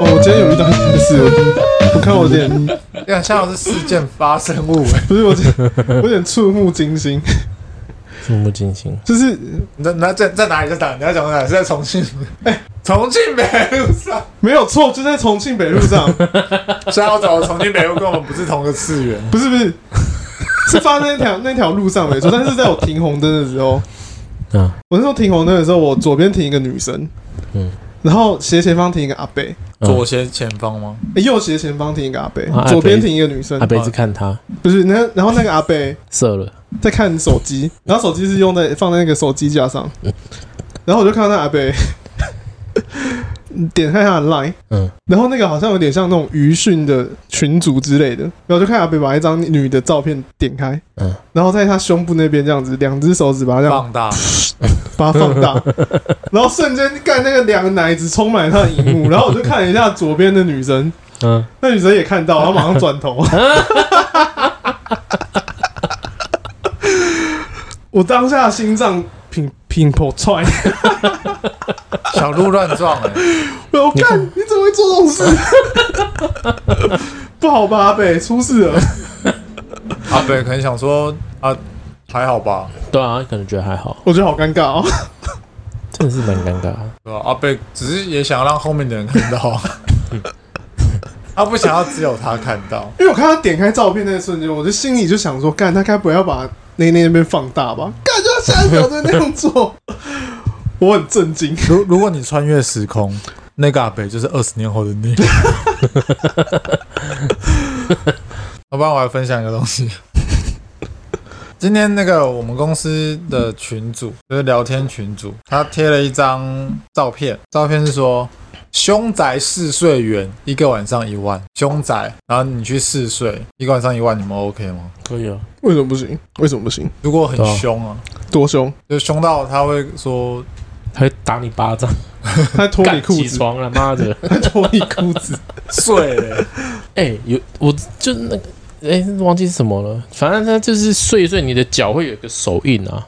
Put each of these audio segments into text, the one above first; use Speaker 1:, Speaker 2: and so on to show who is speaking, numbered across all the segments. Speaker 1: 哦，我今天有遇到一件事，我看我有 点
Speaker 2: 有点像是事件发生物，欸
Speaker 1: 不是我有点我有点触目惊心，
Speaker 3: 触目惊心。
Speaker 1: 就是
Speaker 2: 那那在在哪里？在哪？你要讲哪？是在重庆？哎重庆北路上，
Speaker 1: 没有错，就在重庆北路上，
Speaker 2: 虽然我走的重庆北路跟我们不是同个次元，
Speaker 1: 不是不是，是发生那条那条路上没错，但是在我停红灯的时候，
Speaker 3: 嗯
Speaker 1: 我那时候停红灯的时候，我左边停一个女生，
Speaker 3: 嗯
Speaker 1: 然后斜前方停一个阿贝，
Speaker 3: 嗯
Speaker 2: 左斜前方吗？
Speaker 1: 欸右斜前方停一个阿贝
Speaker 3: 啊阿，伯
Speaker 1: 左边停一个女生
Speaker 3: 阿，贝是看他
Speaker 1: 不是那然后那个阿贝
Speaker 3: 射了，
Speaker 1: 在看手机，然后手机是用在放在那个手机架上，然后我就看到那阿贝 点开他的 line，
Speaker 3: 嗯
Speaker 1: 然后那个好像有点像那种鱼讯的群组之类的，然后就看阿北把一张女的照片点开，
Speaker 3: 嗯
Speaker 1: 然后在她胸部那边这样子，两只手指把它这样
Speaker 2: 放大，
Speaker 1: 把它放大，然后瞬间干那个两个奶子充满了她的荧幕，然后我就看了一下左边的女生，
Speaker 3: 嗯，
Speaker 1: 那女生也看 到，然后马上转头。我当下心脏品品破踹，
Speaker 2: 小鹿乱撞、欸，
Speaker 1: 我看你怎么会做这种事？ 不好吧，阿北出事了。
Speaker 2: 阿北可能想说啊，还好吧，
Speaker 3: 对啊，可能觉得还好，
Speaker 1: 我觉得好尴尬哦。
Speaker 3: 真的是蛮尴尬的。
Speaker 2: 对吧、阿北只是也想让后面的人看到，啊 他不想要只有他看到，
Speaker 1: 因为我看他点开照片那一瞬间，我就心里就想说，干他该不会要把内内那边放大吧？干就像小在那样做， 我很震惊。
Speaker 2: 如如果你穿越时空，那个阿北就是二十年后的你。要不然我来分享一个东西。今天那个我们公司的群主，就是聊天群主，他贴了一张照片，照片是说凶宅试睡员一个晚上一万，凶宅，然后你去试睡一个晚上一万，你们 OK 吗？
Speaker 3: 可以啊，
Speaker 1: 为什么不行？为什么不行？
Speaker 2: 如果很
Speaker 3: 对啊
Speaker 2: 凶啊，
Speaker 1: 多凶！
Speaker 2: 就凶到他会说
Speaker 3: 他会打你巴掌，
Speaker 1: 他脱你
Speaker 3: 干
Speaker 1: 裤
Speaker 3: 起
Speaker 1: 子，
Speaker 3: 床了，妈 的！
Speaker 1: 他脱你裤子，
Speaker 2: 睡了、
Speaker 3: 哎，有我就那个哎，忘记是什么了，反正他就是睡一睡，你的脚会有一个手印啊，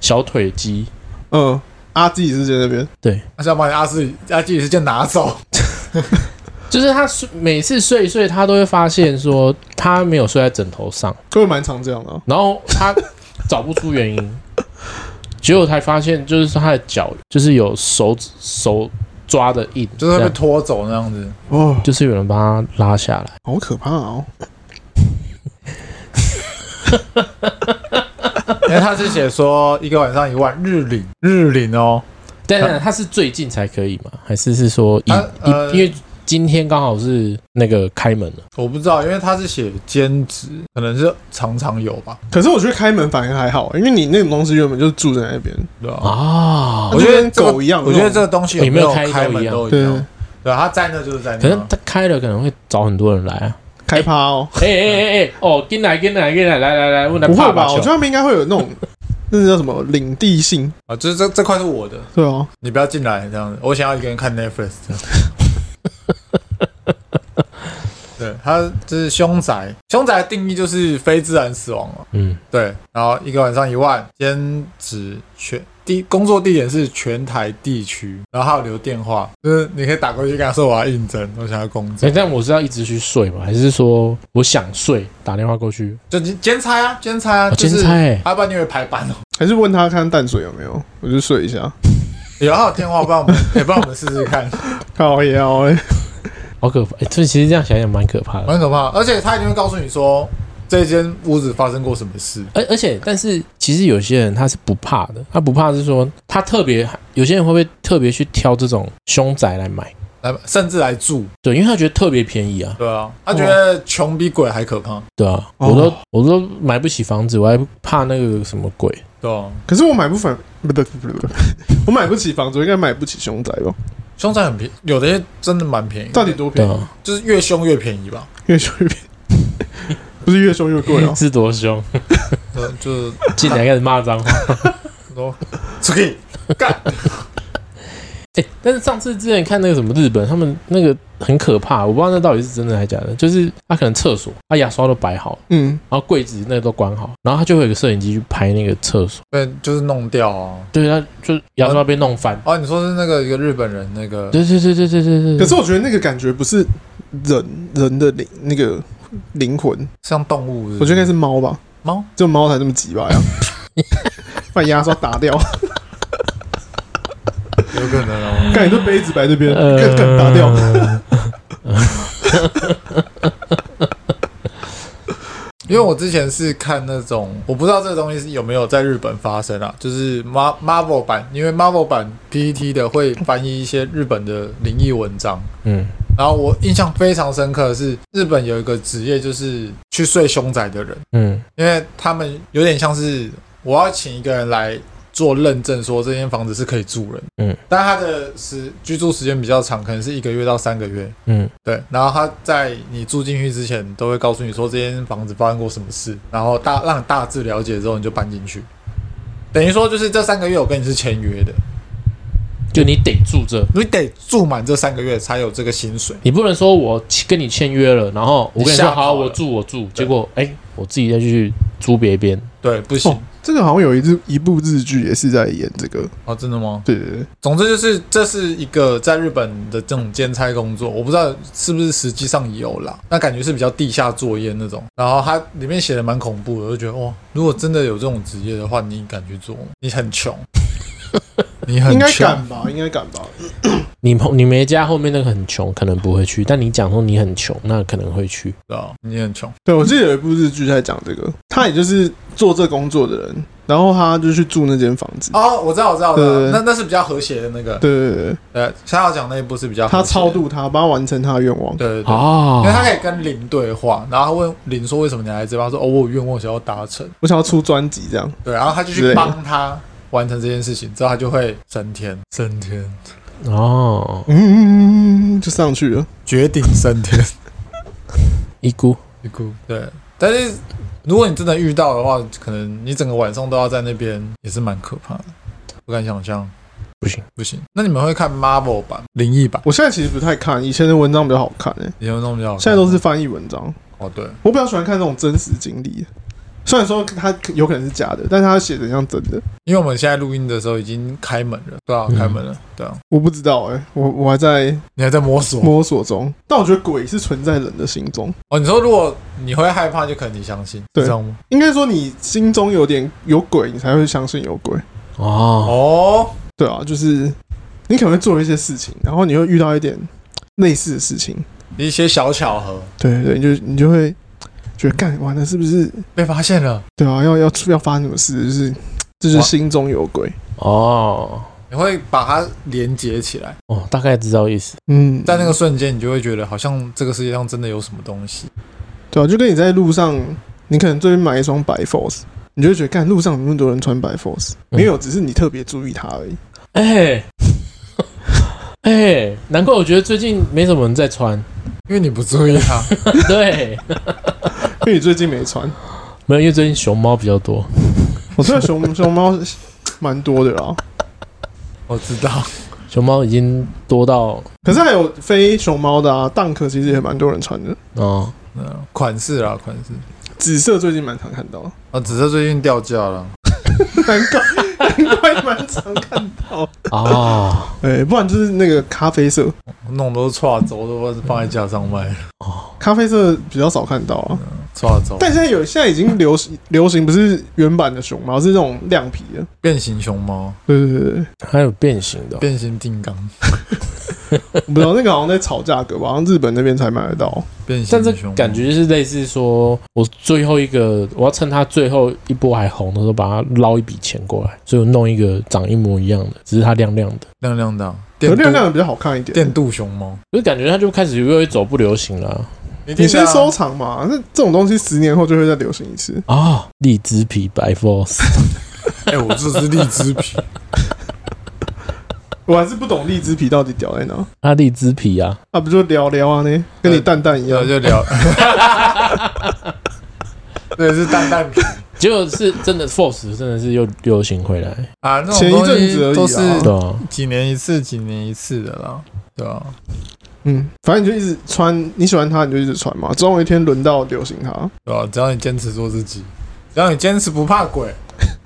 Speaker 3: 小腿肌。
Speaker 1: 嗯。阿基也是在那边，
Speaker 2: 他想把你阿自己阿自己是件拿走。
Speaker 3: 就是他睡每次睡一睡，他都会发现说他没有睡在枕头上，
Speaker 1: 各位蛮常这样的啊、
Speaker 3: 然后他找不出原 因，结果才发现就是他的脚就是有手指手抓的印，
Speaker 2: 就是
Speaker 3: 这
Speaker 2: 会
Speaker 3: 样
Speaker 2: 被拖走那样子。
Speaker 1: 哦，
Speaker 3: 就是有人把他拉下来。
Speaker 1: 好可怕哦！
Speaker 2: 因为他是写说一个晚上一万日领，日领哦，
Speaker 3: 但是他是最近才可以吗？还是是说一
Speaker 2: 他
Speaker 3: 一
Speaker 2: 呃
Speaker 3: 因为今天刚好是那个开门了，
Speaker 2: 我不知道，因为他是写兼职，可能是常常有吧，
Speaker 1: 可是我觉得开门反而还好，因为你那种东西原本就是住在那边，
Speaker 2: 对吧、
Speaker 3: 啊
Speaker 1: 我？
Speaker 2: 觉得
Speaker 1: 就跟狗一样
Speaker 2: 我觉得这个东西有没
Speaker 3: 你没有开
Speaker 2: 开门
Speaker 3: 都
Speaker 2: 都一
Speaker 1: 对
Speaker 2: 样，，对，啊他在那就是在
Speaker 3: 可
Speaker 2: 那
Speaker 3: 能。他开了可能会找很多人来啊！
Speaker 1: 开趴哦，
Speaker 3: 哎哎哎哎，哦，进来进来进来，来来来，问来
Speaker 1: 不
Speaker 3: 爸
Speaker 1: 会
Speaker 3: 爸
Speaker 1: 吧？我觉得他们应该会有那种， 那叫什么领地性，
Speaker 2: 啊，就是这这块是我的，
Speaker 1: 对啊，
Speaker 2: 你不要进来这样子，我想要一个人看 Netflix 这样。 对，他就是凶宅，凶宅的定义就是非自然死亡嘛。
Speaker 3: 嗯，
Speaker 2: 对，然后一个晚上一万，兼职全地工作地点是全台地区，然后还有留电话，就是你可以打过去跟他说我要应征，我想要工
Speaker 3: 哎、
Speaker 2: 作，
Speaker 3: 但我是要一直去睡吗？还是说我想睡打电话过去？
Speaker 2: 就兼兼差啊，兼差啊，
Speaker 3: 哦
Speaker 2: 就是
Speaker 3: 兼差欸
Speaker 2: 要不然你会排 班哦。
Speaker 1: 还是问他看淡水有没有，我就睡一下，
Speaker 2: 有还有电话，帮我们，也帮我们试试看，
Speaker 1: 靠腰哎、
Speaker 3: 好可怕！哎、这其实这样想想蛮可怕的。
Speaker 2: 蛮可怕。哦而且他一定会告诉你说这间屋子发生过什么事，
Speaker 3: 而而且，但是其实有些人他是不怕的，他不怕是说他特别，有些人会不会特别去挑这种凶宅来买？
Speaker 2: 来甚至来住，
Speaker 3: 对，因为他觉得特别便宜啊，
Speaker 2: 对啊，他觉得穷比鬼还可怕，
Speaker 3: 对啊，
Speaker 1: 哦
Speaker 3: 我都我都买不起房子，我还怕那个什么鬼？
Speaker 2: 对啊，
Speaker 1: 可是我买不反，不不不不不， 我买不起房子，我应该买不起凶宅吧？
Speaker 2: 凶宅很便宜，有的些真的蛮便宜的，
Speaker 1: 到底多
Speaker 3: 对
Speaker 1: 便宜？
Speaker 3: 啊，
Speaker 2: 就是越凶越便宜吧。
Speaker 1: 越凶越便宜， 不是越凶越贵哦
Speaker 3: 。是多凶，
Speaker 2: 对，就是
Speaker 3: 进 来开始骂脏话。
Speaker 2: 都出去干。
Speaker 3: 哎、但是上次之前看那个什么日本，他们那个很可怕，我不知道那到底是真的还是假的。就是他可能厕所，他牙刷都摆好，
Speaker 1: 嗯，
Speaker 3: 然后柜子那都关好，然后他就会有个摄影机去拍那个厕所，
Speaker 2: 被就是弄掉啊。
Speaker 3: 对，他就牙刷被弄翻。
Speaker 2: 哦，你说是那个一个日本人那个，
Speaker 3: 对对对对对对
Speaker 2: 嗯
Speaker 3: 对。
Speaker 1: 可是我觉得那个感觉不是人人的灵那个灵魂，
Speaker 2: 像动物是不
Speaker 1: 我觉得应该是猫吧，
Speaker 2: 嗯猫，
Speaker 1: 就猫才这么急吧 呀，把牙刷打掉，
Speaker 2: 有可能哦。
Speaker 1: 看你这杯子摆这边，
Speaker 3: 呃
Speaker 1: 看看打掉，
Speaker 2: 因为我之前是看那种，我不知道这个东西是有没有在日本发生啊，就是 Mar Marvel 版，因为 Marvel 版 PPT 的会翻译一些日本的灵异文章。
Speaker 3: 嗯，
Speaker 2: 然后我印象非常深刻的是，日本有一个职业就是去睡凶宅的人，
Speaker 3: 嗯
Speaker 2: 因为他们有点像是我要请一个人来做认证，说这间房子是可以住人。
Speaker 3: 嗯，
Speaker 2: 但他的时居住时间比较长，可能是一个月到三个月。
Speaker 3: 嗯
Speaker 2: 对，然后他在你住进去之前，都会告诉你说这间房子发生过什么事，然后大让你大致了解之后，你就搬进去。等于说，就是这三个月我跟你是签约的，
Speaker 3: 就你得住这，
Speaker 2: 你得住满这三个月才有这个薪水。
Speaker 3: 你不能说我跟你签约了，然后我跟你
Speaker 2: 你
Speaker 3: 说
Speaker 2: 吓跑
Speaker 3: 好，
Speaker 2: 了
Speaker 3: 我住我住，结果哎、我自己再去租别边。
Speaker 2: 对，不行
Speaker 1: 哦，这个好像有一部一部日剧也是在演这个，
Speaker 2: 哦，真的吗？
Speaker 1: 对对对，
Speaker 2: 总之就是这是一个在日本的这种兼差工作，我不知道是不是实际上有啦，那感觉是比较地下作业那种。然后它里面写的蛮恐怖的，我就觉得哇，如果真的有这种职业的话，你敢去做吗？你很穷， 你很
Speaker 1: 应该
Speaker 2: 穷，
Speaker 1: 敢吧，应该敢吧，
Speaker 3: 你朋你没家后面那个很穷，可能不会去；但你讲说你很穷，那可能会去。
Speaker 2: 知道你很穷。
Speaker 1: 对，我记得有一部日剧在讲这个，他也就是做这工作的人，然后他就去住那间房子。
Speaker 2: 哦，我知道，我知道，我知道
Speaker 1: 对，
Speaker 2: 那那是比较和谐的那个。
Speaker 1: 对对对对，
Speaker 2: 对，夏要讲那一部是比较和谐
Speaker 1: 他
Speaker 2: 的
Speaker 1: 超，度他，帮他完成他的愿望。
Speaker 2: 对对对。因为
Speaker 3: 哦，
Speaker 2: 他可以跟林对话，然后他问林说：“为什么你来这边？”他说：“哦，我有愿望想要达成。”
Speaker 1: 我想要出专辑这样，
Speaker 2: 对，然后他就
Speaker 1: 之类的
Speaker 2: 去帮他完成这件事情，之后他就会升天，升天，
Speaker 3: 哦，
Speaker 1: 嗯，就上去了。
Speaker 2: 绝顶升天，
Speaker 3: 一姑，
Speaker 2: 一哭。对，但是如果你真的遇到的话，可能你整个晚上都要在那边，也是蛮可怕的，不敢想象。
Speaker 3: 不行，
Speaker 2: 不行。那你们会看 Marvel 版、灵异版？
Speaker 1: 我现在其实不太看，以前的文章比较好看诶、
Speaker 2: 你有那种比较好看
Speaker 1: 现在都是翻译文章。
Speaker 2: 哦，对，
Speaker 1: 我比较喜欢看那种真实经历，虽然说他有可能是假的，但是他写的像真的。
Speaker 2: 因为我们现在录音的时候已经开门了，对啊，
Speaker 3: 嗯
Speaker 2: 开门了，对啊，
Speaker 1: 我不知道诶、我我还在
Speaker 2: 你还在摸索
Speaker 1: 摸索中，但我觉得鬼是存在人的心中。
Speaker 2: 哦。你说如果你会害怕，就可能你相信，
Speaker 1: 对
Speaker 2: 知道吗？
Speaker 1: 应该说你心中有点有鬼，你才会相信有鬼。
Speaker 3: 哦，
Speaker 2: 哦，
Speaker 1: 对啊，就是你可能会做一些事情，然后你会遇到一点类似的事情，
Speaker 2: 一些小巧合
Speaker 1: 对对对，你就你就会觉得干完了是不是？
Speaker 2: 被发现了。
Speaker 1: 对啊，要要出要发生什么事，就是这就是心中有鬼。
Speaker 3: 哦，
Speaker 2: 你会把它连接起来，
Speaker 3: 哦，大概知道意思。
Speaker 1: 嗯，
Speaker 2: 在那个瞬间，你就会觉得好像这个世界上真的有什么东西。
Speaker 1: 对啊，就跟你在路上，你可能最近买一双白 Force，你就会觉得干路上有那么多人穿白 Force，
Speaker 3: 嗯
Speaker 1: 没有，只是你特别注意它而已。
Speaker 3: 哎，哎，难怪我觉得最近没什么人在穿。
Speaker 2: 因为你不注意它，
Speaker 1: 嗯
Speaker 3: 对，
Speaker 1: 因为你最近没穿，
Speaker 3: 没有，因为最近熊猫比较多。
Speaker 1: 我虽然熊熊猫蛮多的啊啦，
Speaker 2: 我知道。
Speaker 3: 熊猫已经多到
Speaker 1: 可是还有非熊猫的啊，蛋壳其实也蛮多人穿的，
Speaker 3: 哦，
Speaker 2: 嗯，款式啊，款式。
Speaker 1: 紫色最近蛮常看到的。
Speaker 2: 啊，只是最近掉价了。
Speaker 1: 难怪 难怪蛮常看到。
Speaker 3: 哦，
Speaker 1: 哎、不然就是那个咖啡色，
Speaker 2: 我弄都是跨轴，都放在架上卖。
Speaker 1: 咖啡色比较少看到啊。
Speaker 2: 跨轴，
Speaker 1: 但现在有现在已经流行流行不是原版的熊猫，是那种亮皮的。
Speaker 2: 变形熊猫，
Speaker 1: 对对对对，
Speaker 3: 还有变形的哦，
Speaker 2: 变形金刚，
Speaker 1: 我不知道那个好像在炒价格吧，好像日本那边才买得到。
Speaker 2: 变形
Speaker 3: 但这
Speaker 2: 熊猫。
Speaker 3: 感觉就是类似说，我最后一个，我要趁它最后一波还红的时候，把它捞一笔钱过来，所以我弄一个长一模一样的，只是它亮亮的，
Speaker 2: 亮亮的啊，
Speaker 1: 可
Speaker 2: 电
Speaker 1: 亮亮
Speaker 2: 镀
Speaker 1: 的比较好看一点。
Speaker 2: 电镀熊猫。
Speaker 3: 就感觉它就开始越来越走不流行了啊
Speaker 2: 你
Speaker 1: 你先收藏嘛，那这种东西十年后就会再流行一次。
Speaker 3: 哦，荔枝皮白 force，
Speaker 2: 哎，我这是荔枝 皮，
Speaker 1: 我还是不懂荔枝皮到底屌在哪，
Speaker 3: 它荔枝皮啊，
Speaker 1: 啊不就聊聊啊呢， 跟你蛋蛋一
Speaker 2: 然
Speaker 1: 样
Speaker 2: 后。就聊。对，是蛋蛋皮，
Speaker 3: 结果是真的 Force 真的是又流行回来，
Speaker 2: 啊，那
Speaker 1: 前
Speaker 2: 种
Speaker 1: 一
Speaker 2: 东
Speaker 1: 阵
Speaker 2: 西
Speaker 1: 子而已啊
Speaker 2: 都是
Speaker 3: 对啊，
Speaker 2: 几年一次，几年一次的啦，对啊吧、
Speaker 1: 嗯，反正你就一直穿，你喜欢它你就一直穿嘛，总有一天轮到流行它。
Speaker 2: 对吧、啊只要你坚持做自己，只要你坚持不怕鬼，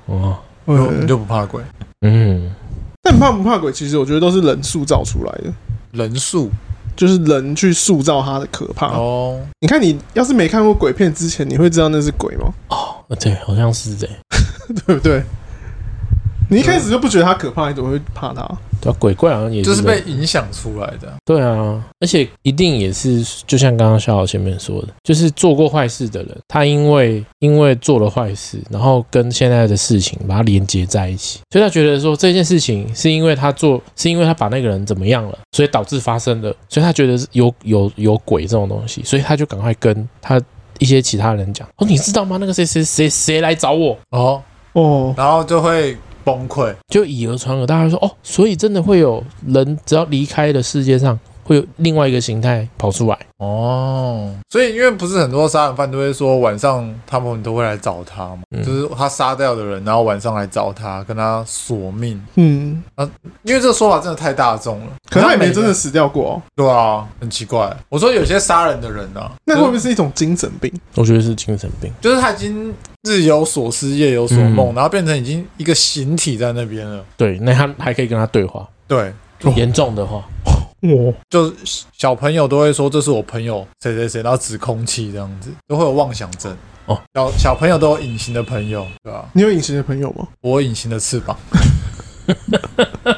Speaker 3: 哦，
Speaker 2: 你就你
Speaker 1: 对
Speaker 2: 就不怕鬼。
Speaker 3: 嗯，
Speaker 1: 但你怕不怕鬼，其实我觉得都是人塑造出来的，
Speaker 2: 人数
Speaker 1: 就是人去塑造它的可怕。
Speaker 2: 哦，
Speaker 1: 你看，你要是没看过鬼片之前，你会知道那是鬼吗？
Speaker 3: 呃对，好像是这样，
Speaker 1: 对不对？你一开始就不觉得它可怕，你怎么会怕它？
Speaker 3: 对啊，鬼怪好像也
Speaker 2: 就是
Speaker 3: 人
Speaker 2: 被影响出来的。
Speaker 3: 对啊，而且一定也是，就像刚刚肖老前面说的，就是做过坏事的人，他因为因为做了坏事，然后跟现在的事情把它连接在一起，所以他觉得说这件事情是因为他做，是因为他把那个人怎么样了，所以导致发生的，所以他觉得是有有有鬼这种东西，所以他就赶快跟他一些其他人讲，哦，你知道吗？那个谁谁谁谁来找我，
Speaker 2: 哦，
Speaker 1: 哦，
Speaker 2: 然后就会崩溃。
Speaker 3: 就以讹传讹，大家说哦，所以真的会有人只要离开了世界上，会有另外一个形态跑出来。
Speaker 2: 哦，所以因为不是很多杀人犯都会说晚上他们都会来找他嘛，
Speaker 3: 嗯
Speaker 2: 就是他杀掉的人，然后晚上来找他跟他索命，
Speaker 1: 嗯，
Speaker 2: 因为这个说法真的太大众了。
Speaker 1: 可他也没
Speaker 2: 然后每个
Speaker 1: 真的死掉过哦，
Speaker 2: 对啊，很奇怪。我说有些杀人的人啊，
Speaker 1: 那会不会
Speaker 2: 就是
Speaker 1: 一种精神病？
Speaker 3: 我觉得是精神病。
Speaker 2: 就是他已经日有所思夜有所梦，
Speaker 3: 嗯
Speaker 2: 然后变成已经一个形体在那边了？
Speaker 3: 对，那他还可以跟他对话，
Speaker 2: 对，
Speaker 3: 严重的话，
Speaker 1: 哦，
Speaker 2: 就是小朋友都会说这是我朋友谁谁谁，然后指空气这样子，都会有妄想症。
Speaker 3: 哦，
Speaker 2: 小小朋友都有隐形的朋友，对吧、
Speaker 1: 你有隐形的朋友吗？
Speaker 2: 我有隐形的翅膀。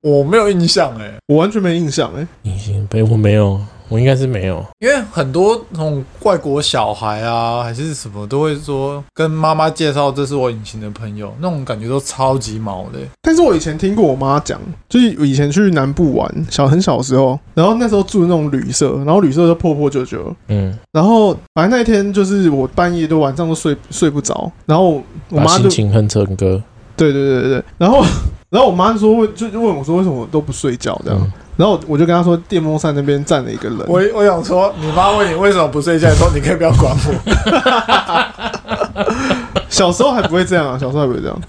Speaker 2: 我没有印象哎、
Speaker 1: 我完全没印象哎、
Speaker 3: 隐形被我没有，我应该是没有。
Speaker 2: 因为很多那种外国小孩啊，还是什么，都会说跟妈妈介绍这是我隐形的朋友，那种感觉都超级毛的、欸
Speaker 1: 但是我以前听过我妈讲，就是我以前去南部玩，小很小的时候，然后那时候住那种旅社，然后旅社都破破旧旧，
Speaker 3: 嗯，
Speaker 1: 然后反正那天就是我半夜都晚上都睡睡不着，然后我
Speaker 3: 把
Speaker 1: 妈就
Speaker 3: 啊心情哼成歌，
Speaker 1: 对对对对对，然后 然后我妈就说问就就问我说为什么我都不睡觉这样，
Speaker 3: 嗯
Speaker 1: 然后我就跟她说电风扇那边站了一个人，
Speaker 2: 我我想说，你妈问你为什么不睡觉，说你可以不要管我。
Speaker 1: 小时候还不会这样啊，小时候还不会这样，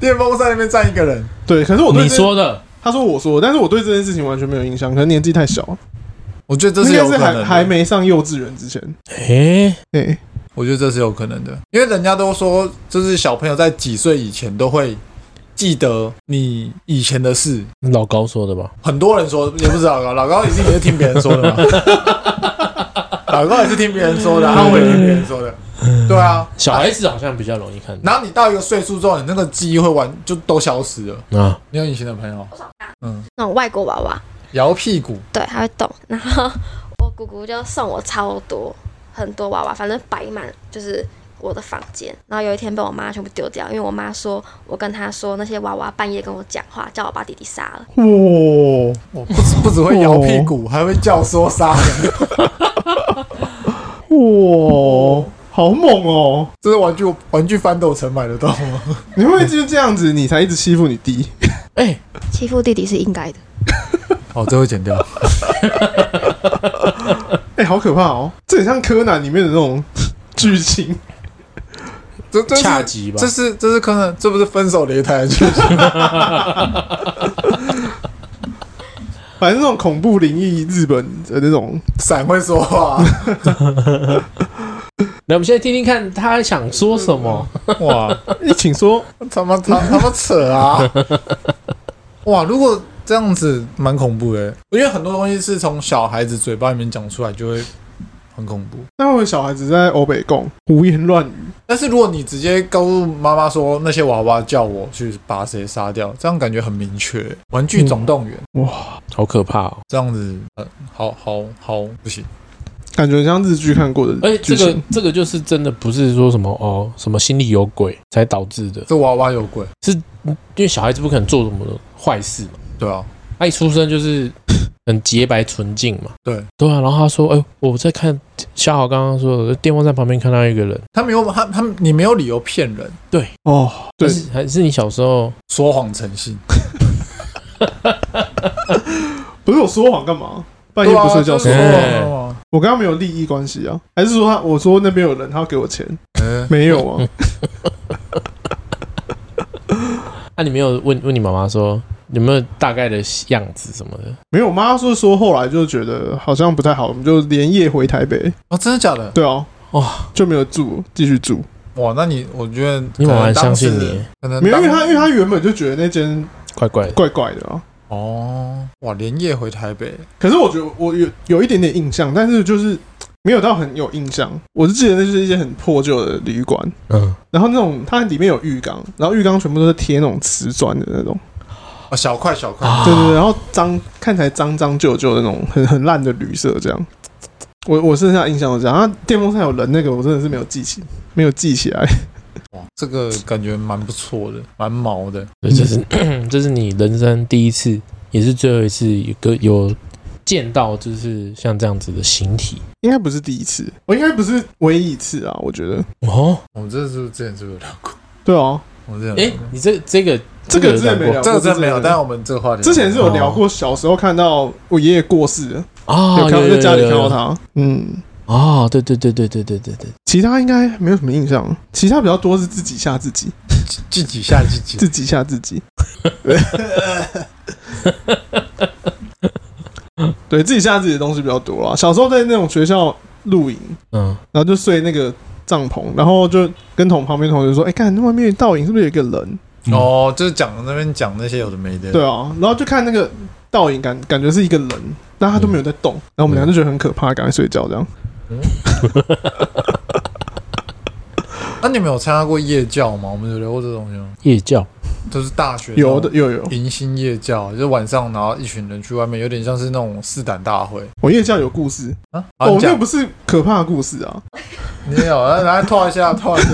Speaker 2: 电风扇那边站一个人，
Speaker 1: 对，可是我对
Speaker 3: 你
Speaker 1: 这
Speaker 3: 说的，
Speaker 1: 她说我说，但是我对这件事情完全没有印象，可能年纪太小了，
Speaker 2: 我觉得这
Speaker 1: 应
Speaker 2: 是
Speaker 1: 该是
Speaker 2: 有可能
Speaker 1: 还
Speaker 2: 的
Speaker 1: 还，没上幼稚园之前，
Speaker 3: 诶、
Speaker 1: 哎、
Speaker 2: 我觉得这是有可能的，因为人家都说，就是小朋友在几岁以前都会记得你以前的事。
Speaker 3: 老高说的吧？
Speaker 2: 很多人说，也不是老高，老高一定也是听别人说的嘛。老高也是听别人说的啊，他会听别人说的，对啊。
Speaker 3: 小孩子好像比较容易看到
Speaker 2: 然后你到一个岁数之后，你那个记忆会完就都消失了。
Speaker 3: 啊，
Speaker 2: 你有隐形的朋友，嗯，
Speaker 4: 那种外国娃娃，
Speaker 2: 摇屁股，
Speaker 4: 对，他会动。然后我姑姑就送我超多很多娃娃，反正摆满就是我的房间。然后有一天被我妈全部丢掉，因为我妈说我跟她说那些娃娃半夜跟我讲话，叫我把弟弟杀了。
Speaker 1: 哇、
Speaker 2: 我不止不只会摇屁股，还会教唆杀人，
Speaker 1: 哇，好猛哦！
Speaker 2: 这是玩具玩具翻斗城买得到吗？
Speaker 1: 你会不会就是这样子，你才一直欺负你弟？
Speaker 3: 诶、
Speaker 4: 欺负弟弟是应该的。
Speaker 2: 哦，这会剪掉。
Speaker 1: 哎、好可怕哦！这很像柯南里面的那种 剧情。
Speaker 2: 这这
Speaker 3: 恰
Speaker 2: 是
Speaker 3: 吉吧
Speaker 2: 这？是这是可能这不是分手擂台的剧情，
Speaker 1: 反正那种恐怖灵异日本的那种，
Speaker 2: 伞会说话。啊
Speaker 3: 来，我们现在听听看他想说什么。
Speaker 2: 哇，
Speaker 1: 你哎请说，
Speaker 2: 他妈他他妈扯 啊！哇，如果这样子蛮恐怖的，欸因为很多东西是从小孩子嘴巴里面讲出来就会很恐怖。
Speaker 1: 那会小孩子在欧北贡胡言乱语，
Speaker 2: 但是如果你直接告诉妈妈说那些娃娃叫我去把谁杀掉，这样感觉很明确。欸玩具总动员、
Speaker 3: 好可怕哦！
Speaker 2: 这样子，呃，好好好，不行。
Speaker 1: 感觉很像日剧看过的
Speaker 3: 而
Speaker 2: 哎
Speaker 1: 剧
Speaker 3: 且这
Speaker 1: 情。
Speaker 3: 个这个就是真的不是说什么哦，什么心里有鬼才导致的，
Speaker 2: 这娃娃有鬼，
Speaker 3: 因为小孩子不可能做什么坏事嘛，
Speaker 2: 对啊，
Speaker 3: 他一出生就是很洁白纯净嘛。
Speaker 2: 对
Speaker 3: 对啊，然后他说：“哎、我在看夏豪刚刚说的电风扇旁边看到一个人，
Speaker 2: 他没有他他你没有理由骗人，
Speaker 1: 哦，对
Speaker 3: 但，是还是你小时候
Speaker 2: 说谎成性，
Speaker 1: 不是我说谎干嘛？半夜
Speaker 2: 对啊
Speaker 1: 不睡觉
Speaker 2: 啊就是
Speaker 1: 说
Speaker 2: 说
Speaker 1: 谎，
Speaker 2: 谎啊
Speaker 1: 我跟他没有利益关系啊，还是说他我说那边有人，他要给我钱？
Speaker 3: 哎
Speaker 2: 嗯，
Speaker 1: 没有啊，
Speaker 3: 那、啊你没有问问你妈妈说有没有大概的样子什么的？
Speaker 1: 没有。我妈是说后来就觉得好像不太好，我们就连夜回台北。
Speaker 2: 哦，真的假的？
Speaker 1: 对啊，
Speaker 3: 哇，
Speaker 1: 就没有住，继续住。
Speaker 2: 哇，那你我觉得
Speaker 3: 你妈
Speaker 1: 呃
Speaker 3: 妈
Speaker 2: 可能当
Speaker 3: 相信
Speaker 2: 时
Speaker 3: 你，
Speaker 2: 可能
Speaker 1: 没有，因为他
Speaker 2: 当
Speaker 1: 因为他原本就觉得那间
Speaker 3: 怪怪的。
Speaker 1: 怪怪的啊。
Speaker 2: 哦，哇，连夜回台北，
Speaker 1: 可是我觉得我有有一点点印象，但是就是没有到很有印象。我就记得那是一些很破旧的旅馆，
Speaker 3: 嗯，
Speaker 1: 然后那种它里面有浴缸，然后浴缸全部都是贴那种瓷砖的那种，
Speaker 2: 哦，小块小块，
Speaker 3: 啊
Speaker 1: 对对对，然后脏看起来脏脏旧旧的那种很很烂的旅社这样。我我剩下的印象是这样，啊，电风扇有人那个我真的是没有记起，没有记起来。
Speaker 2: 哇，这个感觉蛮不错的，蛮毛的。
Speaker 3: 对，这是这是你人生第一次，也是最后一次有个有见到就是像这样子的形体
Speaker 1: 应该不是第一次，我应该不是唯一一次啊，我觉得。
Speaker 3: 哦。
Speaker 2: 我们这是不是之前是不是有聊过？
Speaker 1: 对啊，
Speaker 2: 我们之前有
Speaker 3: 哎、
Speaker 2: 聊过
Speaker 3: 你这这个
Speaker 1: 这个之前没聊，
Speaker 2: 这个真的没有，
Speaker 1: 过
Speaker 2: 但我们这个话题
Speaker 1: 之前是有聊过，小时候看到我爷爷过世了，
Speaker 3: 啊，
Speaker 1: 有看到
Speaker 3: 有
Speaker 1: 在家里看
Speaker 3: 有
Speaker 1: 到
Speaker 3: 有
Speaker 1: 他，嗯，
Speaker 3: 哦，对对对对对对对对，
Speaker 1: 其他应该没有什么印象，其他比较多是自己吓自己，
Speaker 2: 自自己下自己，
Speaker 1: 自己吓自己，对自己吓自己的东西比较多啦。小时候在那种学校露营，
Speaker 3: 嗯，
Speaker 1: 然后就睡那个帐篷，然后就跟同旁边同学说：“哎、看那外面倒影是不是有一个人
Speaker 3: 嗯
Speaker 2: 哦，就是讲那边讲那些有的没？”的，
Speaker 1: 对啊，然后就看那个倒影感感觉是一个人，但他都没有在动，然后我们俩就觉得很可怕，赶快睡觉这样。
Speaker 2: 那啊你们有参加过夜教吗？我们有聊过这东西吗？
Speaker 3: 夜教
Speaker 2: 就是大学
Speaker 1: 有的，有有，
Speaker 2: 迎新夜教，就是晚上然后一群人去外面，有点像是那种试胆大会
Speaker 1: 我夜校有故事。
Speaker 2: 啊。好
Speaker 1: 哦
Speaker 2: 你，
Speaker 1: 那
Speaker 2: 讲
Speaker 1: 不是可怕的故事啊，
Speaker 2: 你也有，来来套一下，套一 下。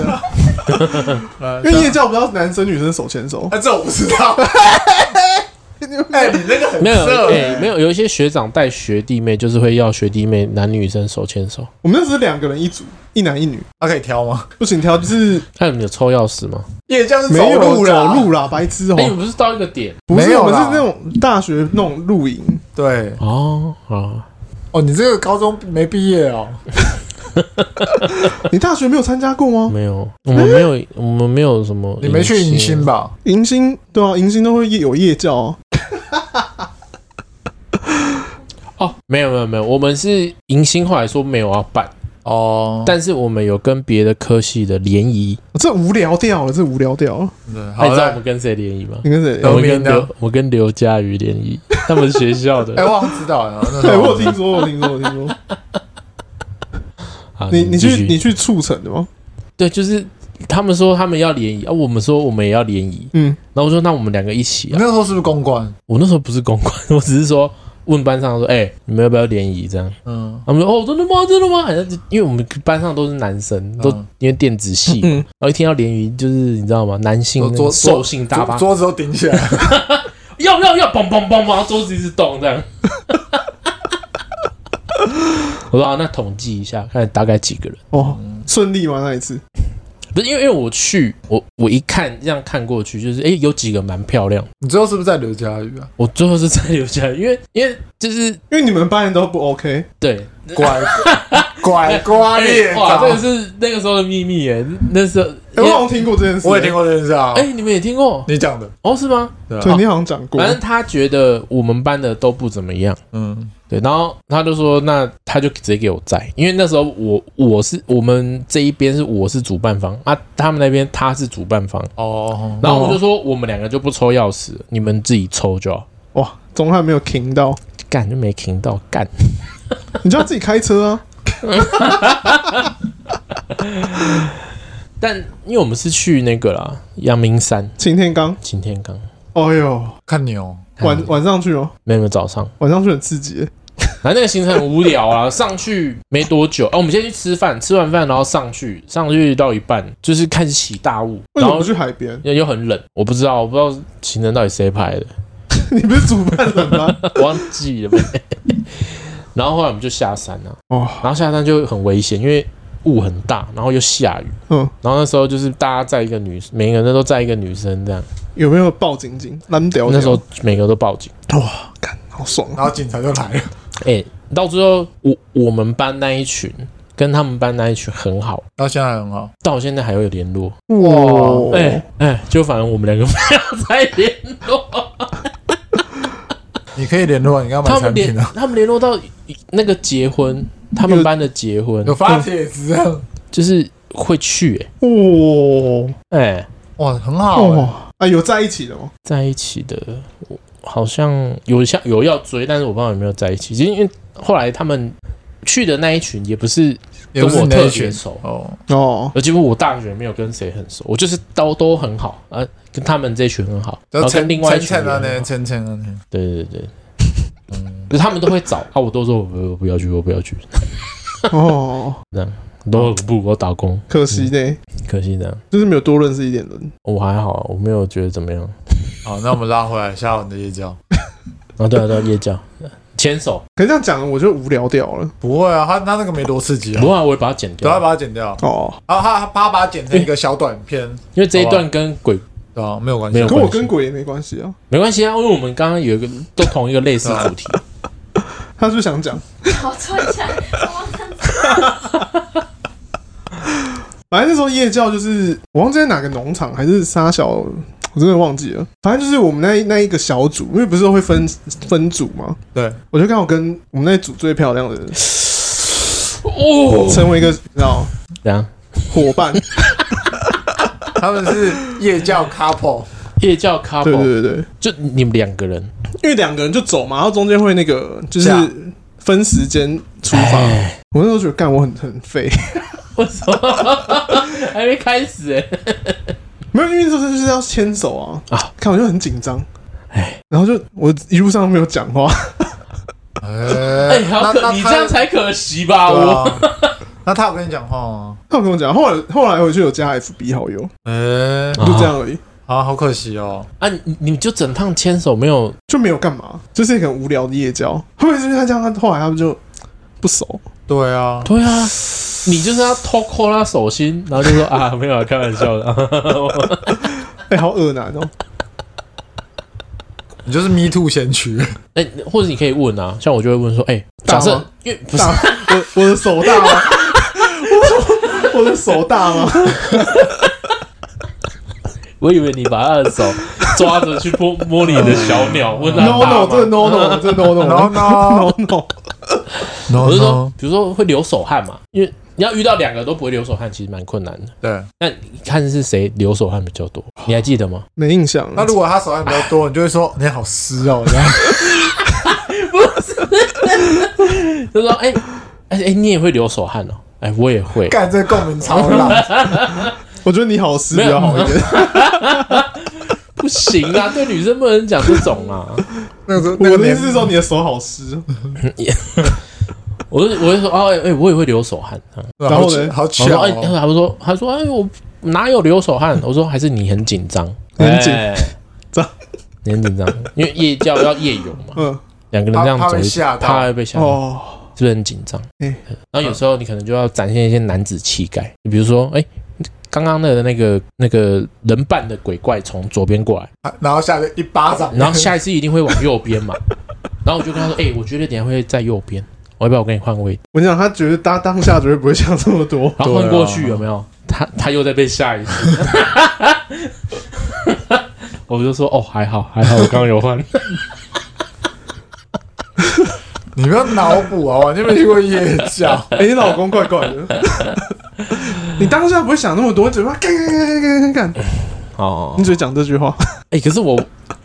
Speaker 2: 来
Speaker 1: 因为夜教不知道男生女生手牵手，
Speaker 2: 啊，这我不知 道。哎，你那个 很
Speaker 3: 没有
Speaker 2: 色
Speaker 3: 哎、没有，有一些学长带学弟妹，就是会要学弟妹男女生手牵手。
Speaker 1: 我们那只是两个人一组，一男一女，
Speaker 2: 他啊可以挑吗？
Speaker 1: 不行挑就是
Speaker 3: 那、你们有抽钥匙吗？
Speaker 2: 夜教是
Speaker 1: 没有
Speaker 2: 路
Speaker 1: 走
Speaker 2: 啦
Speaker 1: 路啦，白痴哦
Speaker 3: 哎、，你们不是到一个点
Speaker 1: 不
Speaker 2: 没
Speaker 1: 是
Speaker 2: 有
Speaker 1: 我们是
Speaker 2: 啦
Speaker 1: 那种大学那种露营，
Speaker 2: 对，
Speaker 3: 哦啊，
Speaker 2: 哦，你这个高中没毕业哦。
Speaker 1: 你大学没有参加过吗？
Speaker 3: 没有，我们没有，我们没有什么，
Speaker 2: 你没去迎新？吧？
Speaker 1: 迎新对啊，迎新都会有夜教啊，
Speaker 3: 哦，没有没有没有，我们是迎新，后来说没有要办，
Speaker 2: 哦，
Speaker 3: 但是我们有跟别的科系的联谊，
Speaker 1: 这无聊掉了，这无聊掉了。
Speaker 2: 对好
Speaker 3: 那你知道我
Speaker 2: 了
Speaker 3: 们，跟谁联谊吗？
Speaker 1: 你跟谁
Speaker 2: 德
Speaker 1: 聊？
Speaker 3: 我们
Speaker 2: 明
Speaker 3: 跟
Speaker 2: 的
Speaker 3: 刘，我跟刘佳瑜联谊，他们学校
Speaker 2: 哎，
Speaker 3: 的。
Speaker 2: 我好像知道了。那时
Speaker 1: 对，
Speaker 2: 候
Speaker 1: 我有听说，我有听说，我有听说。
Speaker 3: 好
Speaker 1: 你你
Speaker 3: 继
Speaker 1: 去
Speaker 3: 续
Speaker 1: 你去促成的吗？
Speaker 3: 啊对，就是他们说他们要联谊啊，我们说我们也要联谊，
Speaker 1: 嗯，
Speaker 3: 然后我说那我们两个一起
Speaker 2: 你
Speaker 3: 啊。
Speaker 2: 那时候是不是公关？
Speaker 3: 我那时候不是公关， 我只是说问班上说，哎、你们要不要联谊这样？
Speaker 2: 嗯，
Speaker 3: 他们说哦，真的吗？真的吗？好像就因为我们班上都是男生，都
Speaker 2: 嗯
Speaker 3: 因为电子系，
Speaker 1: 嗯
Speaker 3: 然后一听到联谊，就是你知道吗？男性
Speaker 2: 桌
Speaker 3: 那
Speaker 2: 桌
Speaker 3: 个兽性大发，
Speaker 2: 桌桌子都顶起 来。
Speaker 3: 要要要，嘣嘣嘣嘣，桌子一直动这样。 我说啊，那统计一下，看大概几个人？
Speaker 1: 哦，顺利吗？那一次？
Speaker 3: 不是因为因为我去，我我一看这样看过去，就是诶，有几个蛮漂亮。
Speaker 2: 你最后是不是在刘佳宇 啊？
Speaker 3: 我最后是在留下来，因为因为就是
Speaker 1: 因为你们班人都不 OK，
Speaker 3: 对，
Speaker 2: 拐拐瓜裂
Speaker 3: 哎哇，
Speaker 2: 枣
Speaker 3: 这个是那个时候的秘密耶。那时候，
Speaker 1: 哎我好像听过这件事，
Speaker 2: 我也听过这件事啊
Speaker 3: 哎、。你们也听过
Speaker 2: 你讲的，
Speaker 3: 哦？是吗？
Speaker 2: 对
Speaker 1: 对
Speaker 2: 啊，
Speaker 1: 你好像讲过
Speaker 3: 反，正他觉得我们班的都不怎么样。
Speaker 2: 嗯，
Speaker 3: 对，然后他就说，那他就直接给我载，因为那时候我我是我们这一边是我是主办方啊，他们那边他是主办方，
Speaker 2: 哦，
Speaker 3: 然后我就说我们两个就不抽钥匙，你们自己抽就好，
Speaker 1: 哇，钟汉没有停到，
Speaker 3: 干就没停到干，
Speaker 1: 你就要自己开车啊。
Speaker 3: 但因为我们是去那个啦，阳明山
Speaker 1: 擎天岗，
Speaker 3: 擎天岗，
Speaker 1: 哎呦，
Speaker 2: 看牛，
Speaker 1: 晚晚上去哦，
Speaker 3: 没有没有早上，
Speaker 1: 晚上去很刺激耶。
Speaker 3: 然后那个行程很无聊啊，上去没多久，哦、我们先去吃饭，吃完饭然后上去，上去到一半就是开始起大雾，
Speaker 1: 为
Speaker 3: 然
Speaker 1: 什么
Speaker 3: 后
Speaker 1: 不去海边？
Speaker 3: 又又很冷，我不知道我不知道行程到底谁拍 的。
Speaker 1: 你不是主办人吗？
Speaker 3: 忘记了呗。 然后后来我们就下山了、
Speaker 1: 哦，
Speaker 3: 然后下山就很危险，因为雾很大，然后又下雨。
Speaker 1: 嗯，
Speaker 3: 然后那时候就是大家在一个女，每个人都在一个女生这样。
Speaker 1: 有没有报警警？蓝屌屌啊
Speaker 3: 那时候每个都报警。
Speaker 1: 干好爽啊！
Speaker 2: 然后警察就来了。
Speaker 3: 哎、到最后，我我们班那一群跟他们班那一群很好，
Speaker 2: 到现在还很好。
Speaker 3: 到现在还有联络。
Speaker 2: 哦
Speaker 1: 哇，
Speaker 3: 哎哎，就反正我们两个没有在联 络，
Speaker 2: 你可以联络，你刚买
Speaker 3: 他们
Speaker 2: 产
Speaker 3: 联
Speaker 2: 品啊，
Speaker 3: 他们联络到那个结婚，他们班的结婚
Speaker 2: 有发帖子啊，
Speaker 3: 就是会去、欸，
Speaker 1: 哇
Speaker 3: 哎，
Speaker 2: 哇，很好欸。
Speaker 1: 哇啊，有在一起的吗？
Speaker 3: 在一起的，我好像有像有要追，但是我不知道有没有在一起，因为后来他们去的那一群也不是
Speaker 2: 也不
Speaker 3: 跟
Speaker 2: 是
Speaker 3: 我
Speaker 2: 你那
Speaker 3: 特
Speaker 2: 一
Speaker 3: 别
Speaker 2: 群
Speaker 3: 熟，
Speaker 2: 哦，
Speaker 1: 哦，
Speaker 3: 而几乎我大学没有跟谁很熟，我就是都都很好啊，跟他们这群很好，然后跟另外一群
Speaker 2: 浅
Speaker 3: 也
Speaker 2: 浅啊，那
Speaker 3: 很好
Speaker 2: 浅浅啊，那
Speaker 3: 对对对，嗯，可是他们都会找 啊，我都说我不我不要去，我不要去，
Speaker 1: 哦，
Speaker 3: 都不我打工，
Speaker 1: 可惜呢，
Speaker 3: 可惜这样，
Speaker 1: 就是没有多认识一点人。
Speaker 3: 我还好啊，我没有觉得怎么样
Speaker 2: 好，那我们拉回来下午的夜教。
Speaker 3: 啊，对啊对啊，夜教牵手，
Speaker 1: 可是这样讲，我就无聊掉了。
Speaker 2: 不会啊，他他那个没多刺激啊
Speaker 3: 不，过我会把它剪
Speaker 2: 等下
Speaker 3: 掉，
Speaker 2: 把它剪掉。
Speaker 1: 哦，
Speaker 2: 然后他他他把它剪成一个小短片，
Speaker 3: 因为这一
Speaker 2: 好吧
Speaker 3: 段跟鬼
Speaker 2: 对啊，没有关
Speaker 3: 没
Speaker 2: 系
Speaker 3: 有
Speaker 2: 啊。
Speaker 1: 跟我
Speaker 3: 关系
Speaker 1: 跟鬼也没关系啊。
Speaker 3: 没关系啊，因为我们刚刚有一个都同一个类似主题，
Speaker 1: 他是不是想讲，
Speaker 4: 好错一下，
Speaker 1: 反正那时候夜教就是我忘记在哪个农场还是沙小，我真的忘记了。反正就是我们那一那一个小组，因为不是都会分分组吗？
Speaker 2: 对，
Speaker 1: 我就刚好跟我们那组最漂亮的人
Speaker 3: 哦，
Speaker 1: 成为一个，你知道
Speaker 3: 怎样？
Speaker 1: 伙伴。
Speaker 2: 他们是夜 教 couple，
Speaker 3: 夜教
Speaker 1: 对
Speaker 3: couple
Speaker 1: 对对对，
Speaker 3: 就你们两个人
Speaker 1: 因为两个人就走嘛，然后中间会那个就是
Speaker 2: 下
Speaker 1: 分时间出发。
Speaker 3: 哎
Speaker 1: 我那时候觉得干我很很废，
Speaker 3: 为什么 还没开始哎、
Speaker 1: 没有，因为那时候就是要牵手啊
Speaker 3: 啊
Speaker 1: 啊，看我就很紧张，
Speaker 3: 哎
Speaker 1: 哎，然后就我一路上没有讲话，
Speaker 2: 哎
Speaker 3: 哎、好可，你这样才哦可惜吧？
Speaker 2: 对
Speaker 3: 我
Speaker 2: 啊。 那他有跟你讲话吗？
Speaker 1: 他有跟我讲，后来后来我就有加 FB 好友，
Speaker 2: 哎，
Speaker 1: 就这样而已，
Speaker 2: 啊，好可惜哦。
Speaker 3: 啊，你你就整趟牵手没有？
Speaker 1: 就没有干嘛，就是一个很无聊的夜交。后面就是他这样，他后来他们就不熟，
Speaker 2: 对啊，
Speaker 3: 对啊，你就是要偷抠他手心，然后就说啊，没有啊，开玩笑的。
Speaker 1: 哎、好恶男哦，
Speaker 2: 你就是 me too 先驱，
Speaker 3: 哎、或者你可以问啊，像我就会问说，哎、
Speaker 1: 大
Speaker 3: 假
Speaker 1: 吗
Speaker 3: 设因为不是
Speaker 1: 大我我的手大吗？ 我我的手大吗？
Speaker 3: 我以为你把他的手抓着去摸摸你的小 鸟，问他
Speaker 1: no
Speaker 3: 大
Speaker 1: no，
Speaker 3: 吗
Speaker 1: 这 no no，这 no no
Speaker 2: No, no.
Speaker 1: no no，
Speaker 2: 我
Speaker 3: 我是说，比如说会流手汗嘛，因为你要遇到两个都不会流手汗，其实蛮困难的。
Speaker 2: 对。
Speaker 3: 那你看是谁流手汗比较多，你还记得吗？
Speaker 1: 没印象
Speaker 2: 那
Speaker 1: 了
Speaker 2: 如。果他手汗比较多，你就会说你好湿哦， 这样。
Speaker 3: 就说哎哎哎，你也会流手汗哦，哎，我也会。
Speaker 2: 干这共鸣超 烂，
Speaker 1: 我觉得你好湿比较好一点，
Speaker 3: 不行啊，对女生不能讲这种啊。
Speaker 2: 那个 那
Speaker 1: 我的
Speaker 2: 个
Speaker 1: 意
Speaker 2: 脸
Speaker 1: 思是说你的手好湿，
Speaker 3: 我就我就说哦，哎、哎我也会流手汗啊。
Speaker 1: 然后呢
Speaker 2: 好
Speaker 3: 我说
Speaker 2: 巧
Speaker 3: 哎，
Speaker 2: 哦，
Speaker 3: 他说他说哎，我哪有流手汗？我说还是你很紧张，
Speaker 1: 你很紧
Speaker 3: 哎
Speaker 1: 张，
Speaker 3: 你很紧张，因为夜教要夜游嘛，
Speaker 1: 嗯
Speaker 3: 两个人这样
Speaker 2: 怕怕
Speaker 3: 走
Speaker 2: 会
Speaker 3: 一，
Speaker 2: 吓到
Speaker 3: 怕会被吓到。
Speaker 1: 哦，
Speaker 3: 是不是很紧张？
Speaker 1: 嗯
Speaker 3: 然后有时候你可能就要展现一些男子气概，你比如说，哎、刚刚那个那个那个人扮的鬼怪从左边过来，
Speaker 2: 然后下来一巴掌，
Speaker 3: 哎然后下一次一定会往右边嘛，然后我就跟他说，哎、我觉得等一下会在右边，我要不要我跟你换位？
Speaker 1: 我想他觉得搭当下绝对不会想这么 多，
Speaker 3: 然后
Speaker 2: 对
Speaker 3: 换
Speaker 2: 啊
Speaker 3: 过去有没有？他他又在被吓一次， 我就说哦还好还好，我刚刚有换，
Speaker 2: 你不要脑补啊，我完全没听过夜 教，
Speaker 1: 哎、你老公怪怪的， 你当下不会想那么多，嘴巴干干干干干干，
Speaker 3: 哦
Speaker 1: 你，只讲这句话，
Speaker 3: 哎、可是我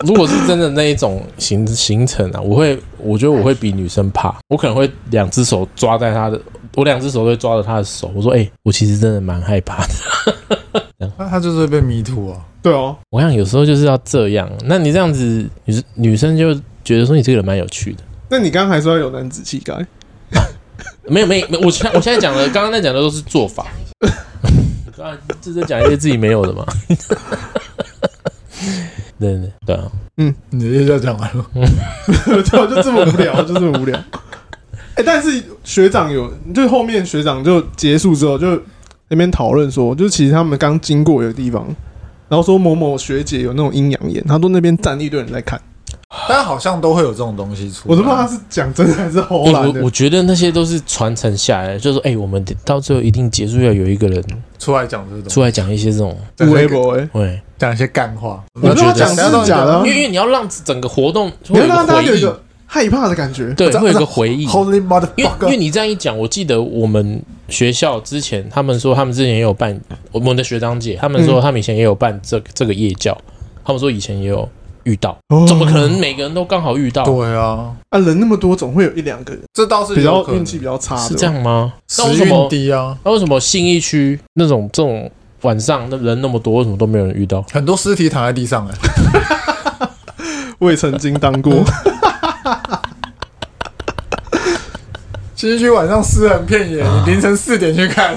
Speaker 3: 如果是真的那一种行行程啊，我会，我觉得我会比女生怕，我可能会两只手抓在她的，我两只手都会抓着她的手，我说，哎、我其实真的蛮害怕的。
Speaker 2: 那他就是会被迷途啊。
Speaker 1: 对哦，
Speaker 3: 我想有时候就是要这样，那你这样子，女女生就觉得说你这个人蛮有趣的。
Speaker 1: 那你刚刚还说有男子气概，
Speaker 3: 没有没有没有，我现在我现在讲的，刚刚在讲的都是做法， 刚才这在讲一些自己没有的嘛。 对对对啊，
Speaker 2: 你的夜教讲完了，
Speaker 1: 对，我哦就这么无聊，就这么无聊。哎、但是学长有，就是后面学长就结束之后，就那边讨论说，就其实他们刚经
Speaker 3: 啊
Speaker 1: 过一个地方，然后说某某学姐有那种阴阳眼，他说那边站一堆人在看，
Speaker 2: 但好像都会有这种东西出来。
Speaker 1: 我都不知道他是讲真的还是胡
Speaker 3: 欸
Speaker 1: 乱
Speaker 3: 我
Speaker 1: 的
Speaker 3: 我。觉得那些都是传承下来的，就是哎、欸我们到最后一定结束要有一个人
Speaker 2: 出来讲这个东西，
Speaker 3: 出来讲一些这种，
Speaker 2: 讲一
Speaker 1: 微
Speaker 2: 个
Speaker 1: 博哎，
Speaker 3: 对，
Speaker 2: 讲一些干话。
Speaker 1: 我不知道
Speaker 3: 觉
Speaker 1: 他
Speaker 3: 得
Speaker 1: 讲真的假的啊
Speaker 3: 因，为因为你要让整个活动
Speaker 1: 你
Speaker 3: 会
Speaker 1: 要
Speaker 3: 有一
Speaker 1: 让
Speaker 3: 个
Speaker 1: 大家有
Speaker 3: 回
Speaker 1: 一
Speaker 3: 忆，
Speaker 1: 个害怕的感觉。
Speaker 3: 对，
Speaker 2: 知道
Speaker 3: 会有一个回忆。
Speaker 2: Holy
Speaker 3: 因为因为
Speaker 2: motherfucker！
Speaker 3: 你这样一讲，我记得我们学校之前他们说他们之前也有办，我们的学长姐他们说
Speaker 1: 嗯
Speaker 3: 他们以前也有办这这个夜教，他们说以前也有遇到，
Speaker 1: 哦
Speaker 3: 怎么可能每个人都刚好遇到？
Speaker 2: 嗯对啊，
Speaker 1: 啊？人那么多，总会有一两个人
Speaker 2: 这倒是
Speaker 1: 比
Speaker 2: 有
Speaker 1: 较
Speaker 2: 可能
Speaker 1: 运气比较差的。
Speaker 3: 啊
Speaker 2: 啊
Speaker 3: 是这，样吗？那为
Speaker 2: 时
Speaker 3: 什
Speaker 2: 运
Speaker 3: 么？
Speaker 2: 低啊，
Speaker 3: 那为什么信义区那种这种晚上那人那么多，为什么都没有人遇到？
Speaker 2: 很多尸体躺在地上哎、
Speaker 1: 我也曾经当过。
Speaker 2: 新一区晚上尸横遍野，
Speaker 3: 啊
Speaker 2: 你凌晨四点去 看，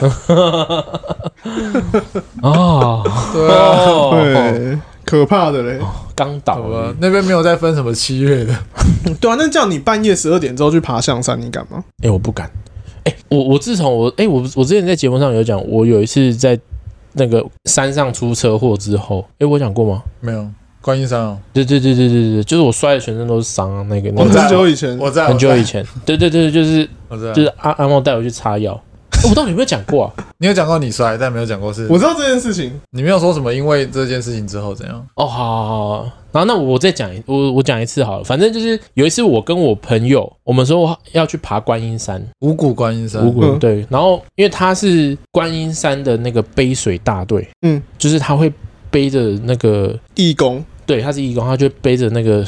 Speaker 3: 哦，
Speaker 2: 对啊，
Speaker 3: 哦，
Speaker 1: 对，可怕的嘞。
Speaker 3: 刚倒
Speaker 2: 好吧，那边没有再分什么七月的，
Speaker 1: 对啊，那叫你半夜十二点之后去爬象山，你敢吗？
Speaker 3: 哎、我不敢。哎、我我自从我哎、我我之前在节目上有讲，我有一次在那个山上出车祸之后，哎、我讲过吗？
Speaker 2: 没有观音山哦，
Speaker 3: 对对对对对对，就是我摔的全身都是伤啊，那个那
Speaker 2: 我知道
Speaker 1: 很
Speaker 3: 个
Speaker 1: 久以前，
Speaker 2: 我在啊
Speaker 3: 很久以，前，对对对，就是
Speaker 2: 我在，我啊
Speaker 3: 就是
Speaker 2: 在，
Speaker 3: 阿阿茂带我去擦药、哎我到底有没有讲过啊？
Speaker 2: 你有讲过你摔，但没有讲过是，
Speaker 1: 我知道这件事情。
Speaker 2: 你没有说什么因为这件事情之后怎样，
Speaker 3: 哦，好好好好，然后那我再讲一，我我讲一次好了，反正就是有一次我跟我朋友，我们说要去爬观音山，
Speaker 2: 五谷观音山，
Speaker 3: 五谷
Speaker 1: 嗯
Speaker 3: 对，然后因为他是观音山的那个背水大队，
Speaker 1: 嗯，
Speaker 3: 就是他会背着那个，
Speaker 1: 义工，
Speaker 3: 对，他是义工，他就背着那个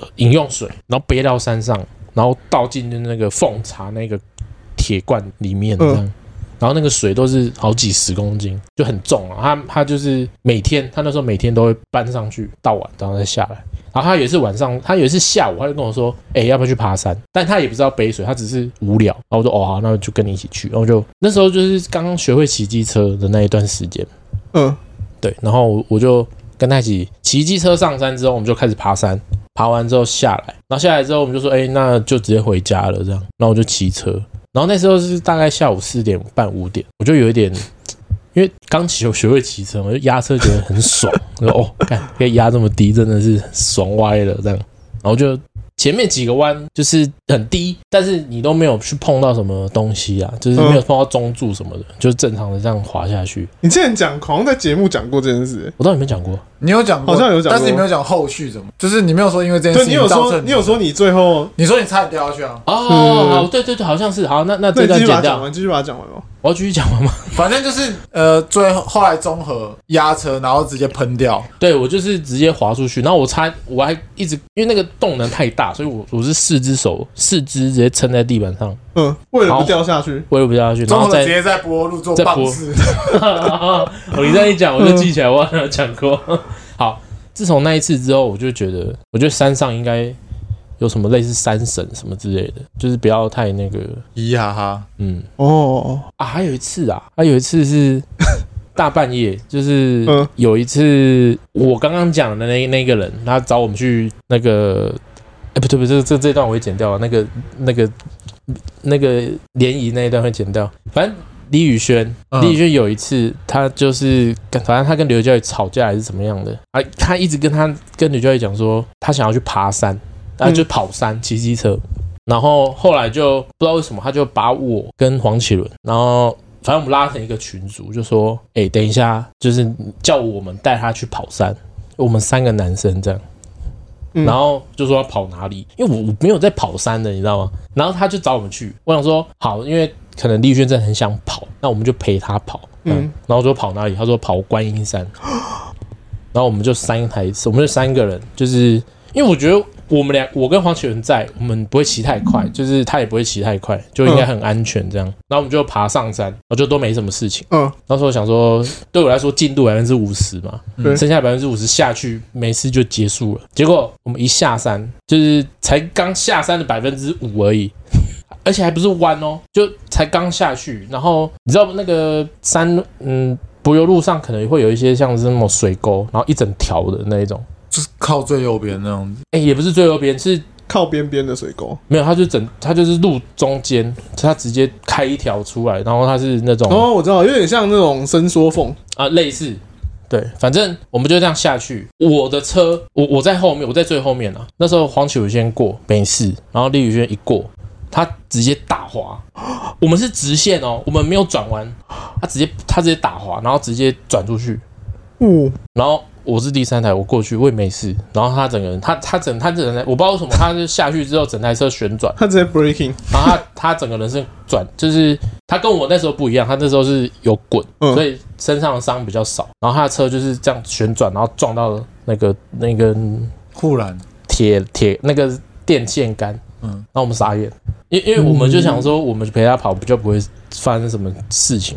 Speaker 3: 呃饮用水，然后背到山上，然后倒进那个奉茶那个铁罐里面这样。然后那个水都是好几十公斤，就很重啊。他他就是每天，他那时候每天都会搬上去，到晚然后再下来。然后他有一次晚上，他有一次下午，他就跟我说：“哎、要不要去爬山？”但他也不知道背水，他只是无聊。然后我说：“哦，好，那我就跟你一起去。”然后就那时候就是刚刚学会骑机车的那一段时间，
Speaker 1: 嗯，
Speaker 3: 对。然后我我就跟他一起骑机车上山之后，我们就开始爬山。爬完之后下来，然后下来之后我们就说：“哎、那就直接回家了。”这样，然后我就骑车。然后那时候是大概下午四点半五点，我就有一点。因为刚学学会骑车嘛，我就压车觉得很爽，我说哦，看可以压这么低，真的是爽歪了这样。然后就前面几个弯就是很低，但是你都没有去碰到什么东西啊，就是没有碰到中柱什么的，就是正常的这样滑下去。
Speaker 1: 你之前讲，好像在节目讲过这件事、
Speaker 3: 我到底有没有讲过？
Speaker 2: 你有讲过，
Speaker 1: 好像有讲过
Speaker 2: 但是你没有讲后续怎么，就是你没有说因为
Speaker 3: 哎
Speaker 2: 这件
Speaker 1: 对
Speaker 2: 事
Speaker 1: 你
Speaker 2: 情
Speaker 1: 有
Speaker 2: 造
Speaker 1: 说，
Speaker 2: 成
Speaker 1: 你有说你最后，
Speaker 2: 你说你差点掉下去啊，
Speaker 3: 哦，好对对对，好像是。好，那那
Speaker 1: 嗯那
Speaker 3: 这
Speaker 1: 你继续
Speaker 3: 段
Speaker 1: 把它讲
Speaker 3: 剪掉，
Speaker 1: 完，继续把它讲完哦。
Speaker 3: 我要继续讲完吗？
Speaker 2: 反正就是呃，最后后来综合压车，然后直接喷掉，
Speaker 3: 对我就是直接滑出去，然后我差我还一直因为那个动能太大，所以我我是四只手四肢直接撑在地板上，
Speaker 1: 嗯，为了不掉下去，
Speaker 3: 我也不掉下去，然
Speaker 2: 综
Speaker 3: 后
Speaker 2: 合直
Speaker 3: 再
Speaker 2: 接在柏油路做
Speaker 3: 再
Speaker 2: 棒
Speaker 3: 播
Speaker 2: 式。
Speaker 3: 哦，你这样一讲， 我就记起来，我好像有 讲过。好，自从那一次之后，我就觉得，我觉得山上应该有什么类似山神什么之类的，就是不要太那个，
Speaker 2: 咦哈哈，
Speaker 3: 嗯
Speaker 1: 哦，
Speaker 3: 啊，还有一次啊，还有一次是大半夜，就是
Speaker 1: 嗯
Speaker 3: 有一次我刚刚讲的那那个人，他找我们去那个，哎、不对不对，这这这段我会剪掉啊，那个那个那个联谊那一段会剪掉，反正。李宇轩，
Speaker 2: 嗯
Speaker 3: 李宇轩有一次，他就是跟反正他跟刘教育吵架还是怎么样的，啊，他一直跟他跟刘教育讲说，他想要去爬山，他就跑山骑机车，然后后来就不知道为什么，他就把我跟黄启伦，然后反正我们拉成一个群组，就说：“哎、等一下，就是叫我们带他去跑山，我们三个男生这样。”
Speaker 1: 嗯
Speaker 3: 然后就说要跑哪里，因为我我没有在跑山的，你知道吗？然后他就找我们去，我想说好，因为可能丽轩真的很想跑，那我们就陪他跑。嗯
Speaker 1: 嗯，
Speaker 3: 然后我说跑哪里？他说跑观音山。 然后我们就三台，我们就三个人，就是因为我觉得我们俩，我跟黄启文在，我们不会骑太快，就是他也不会骑太快，就应该很安全这样。然后我们就爬上山，然后就都没什么事情。
Speaker 1: 嗯，
Speaker 3: 那时候想说，对我来说进度百分之五十嘛，
Speaker 1: 对
Speaker 3: 剩下百分之五十下去没事就结束了。结果我们一下山，就是才刚下山的百分之五而已，而且还不是弯哦，就才刚下去。然后你知道那个山，嗯，柏油路上可能会有一些像是那种水沟，然后一整条的那一种。
Speaker 2: 就是靠最右边那样子，
Speaker 3: 哎、也不是最右边，是
Speaker 1: 靠边边的水沟。
Speaker 3: 没有，它就整，它就是路中间，它直接开一条出来，然后它是那种
Speaker 1: 哦哦，我知道，有点像那种伸缩缝，
Speaker 3: 啊，类似，对，反正我们就这样下去。我的车，我我在后面，我在最后面啊。那时候黄启宇先过，没事。然后李宇轩一过，他直接打滑。我们是直线哦，我们没有转弯，他直接他直接打滑，然后直接转出去。
Speaker 1: 哦，
Speaker 3: 然后我是第三台，我过去我也没事。然后他整个人，他他整他整台，我不知道为什么，他就下去之后整台车旋转，
Speaker 1: 他直接 breaking，
Speaker 3: 然后他他整个人是转，就是他跟我那时候不一样，他那时候是有滚，
Speaker 1: 嗯
Speaker 3: 所以身上的伤比较少。然后他的车就是这样旋转，然后撞到那个那个
Speaker 2: 护栏，
Speaker 3: 铁铁那个电线杆，
Speaker 2: 嗯
Speaker 3: 嗯，然后我们傻眼，因因为我们就想说，我们陪他跑，就不会发生什么事情，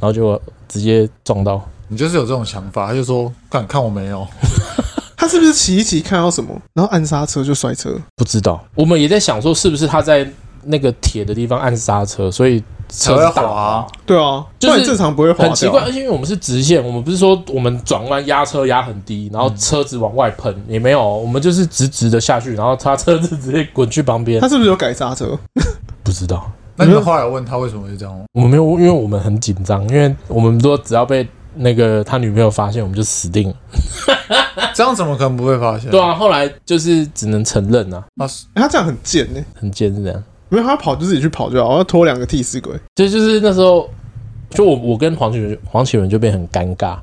Speaker 3: 然后就直接撞到。
Speaker 2: 你就是有这种想法，他就说敢看我没有，
Speaker 1: 他是不是骑一骑看到什么，然后按刹车就摔车？
Speaker 3: 不知道，我们也在想说，是不是他在那个铁的地方按刹车，所以
Speaker 2: 才
Speaker 3: 车
Speaker 2: 会
Speaker 3: 是打
Speaker 2: 滑
Speaker 1: 对啊，
Speaker 3: 就是
Speaker 1: 不然正常不会滑掉啊
Speaker 3: 很奇怪，而且因为我们是直线，我们不是说我们转弯压车压很低，然后车子往外喷、也没有，我们就是直直的下去，然后他车子直接滚去旁边
Speaker 1: 他。是不是有改刹车？
Speaker 3: 不知道，
Speaker 2: 那你们后来有问他为什么会这样吗？
Speaker 3: 我们没有，因为我们很紧张，因为我们说只要被那个他女朋友发现，我们就死定了。
Speaker 2: 这样怎么可能不会发现？
Speaker 3: 对啊，后来就是只能承认啊，
Speaker 2: 啊，
Speaker 1: 欸他这样很贱呢、
Speaker 3: 很贱是这样。
Speaker 1: 没有他跑就自己去跑就好，要拖两个替死鬼。
Speaker 3: 就就是那时候，就我我跟黄启文黄启文就变很尴尬，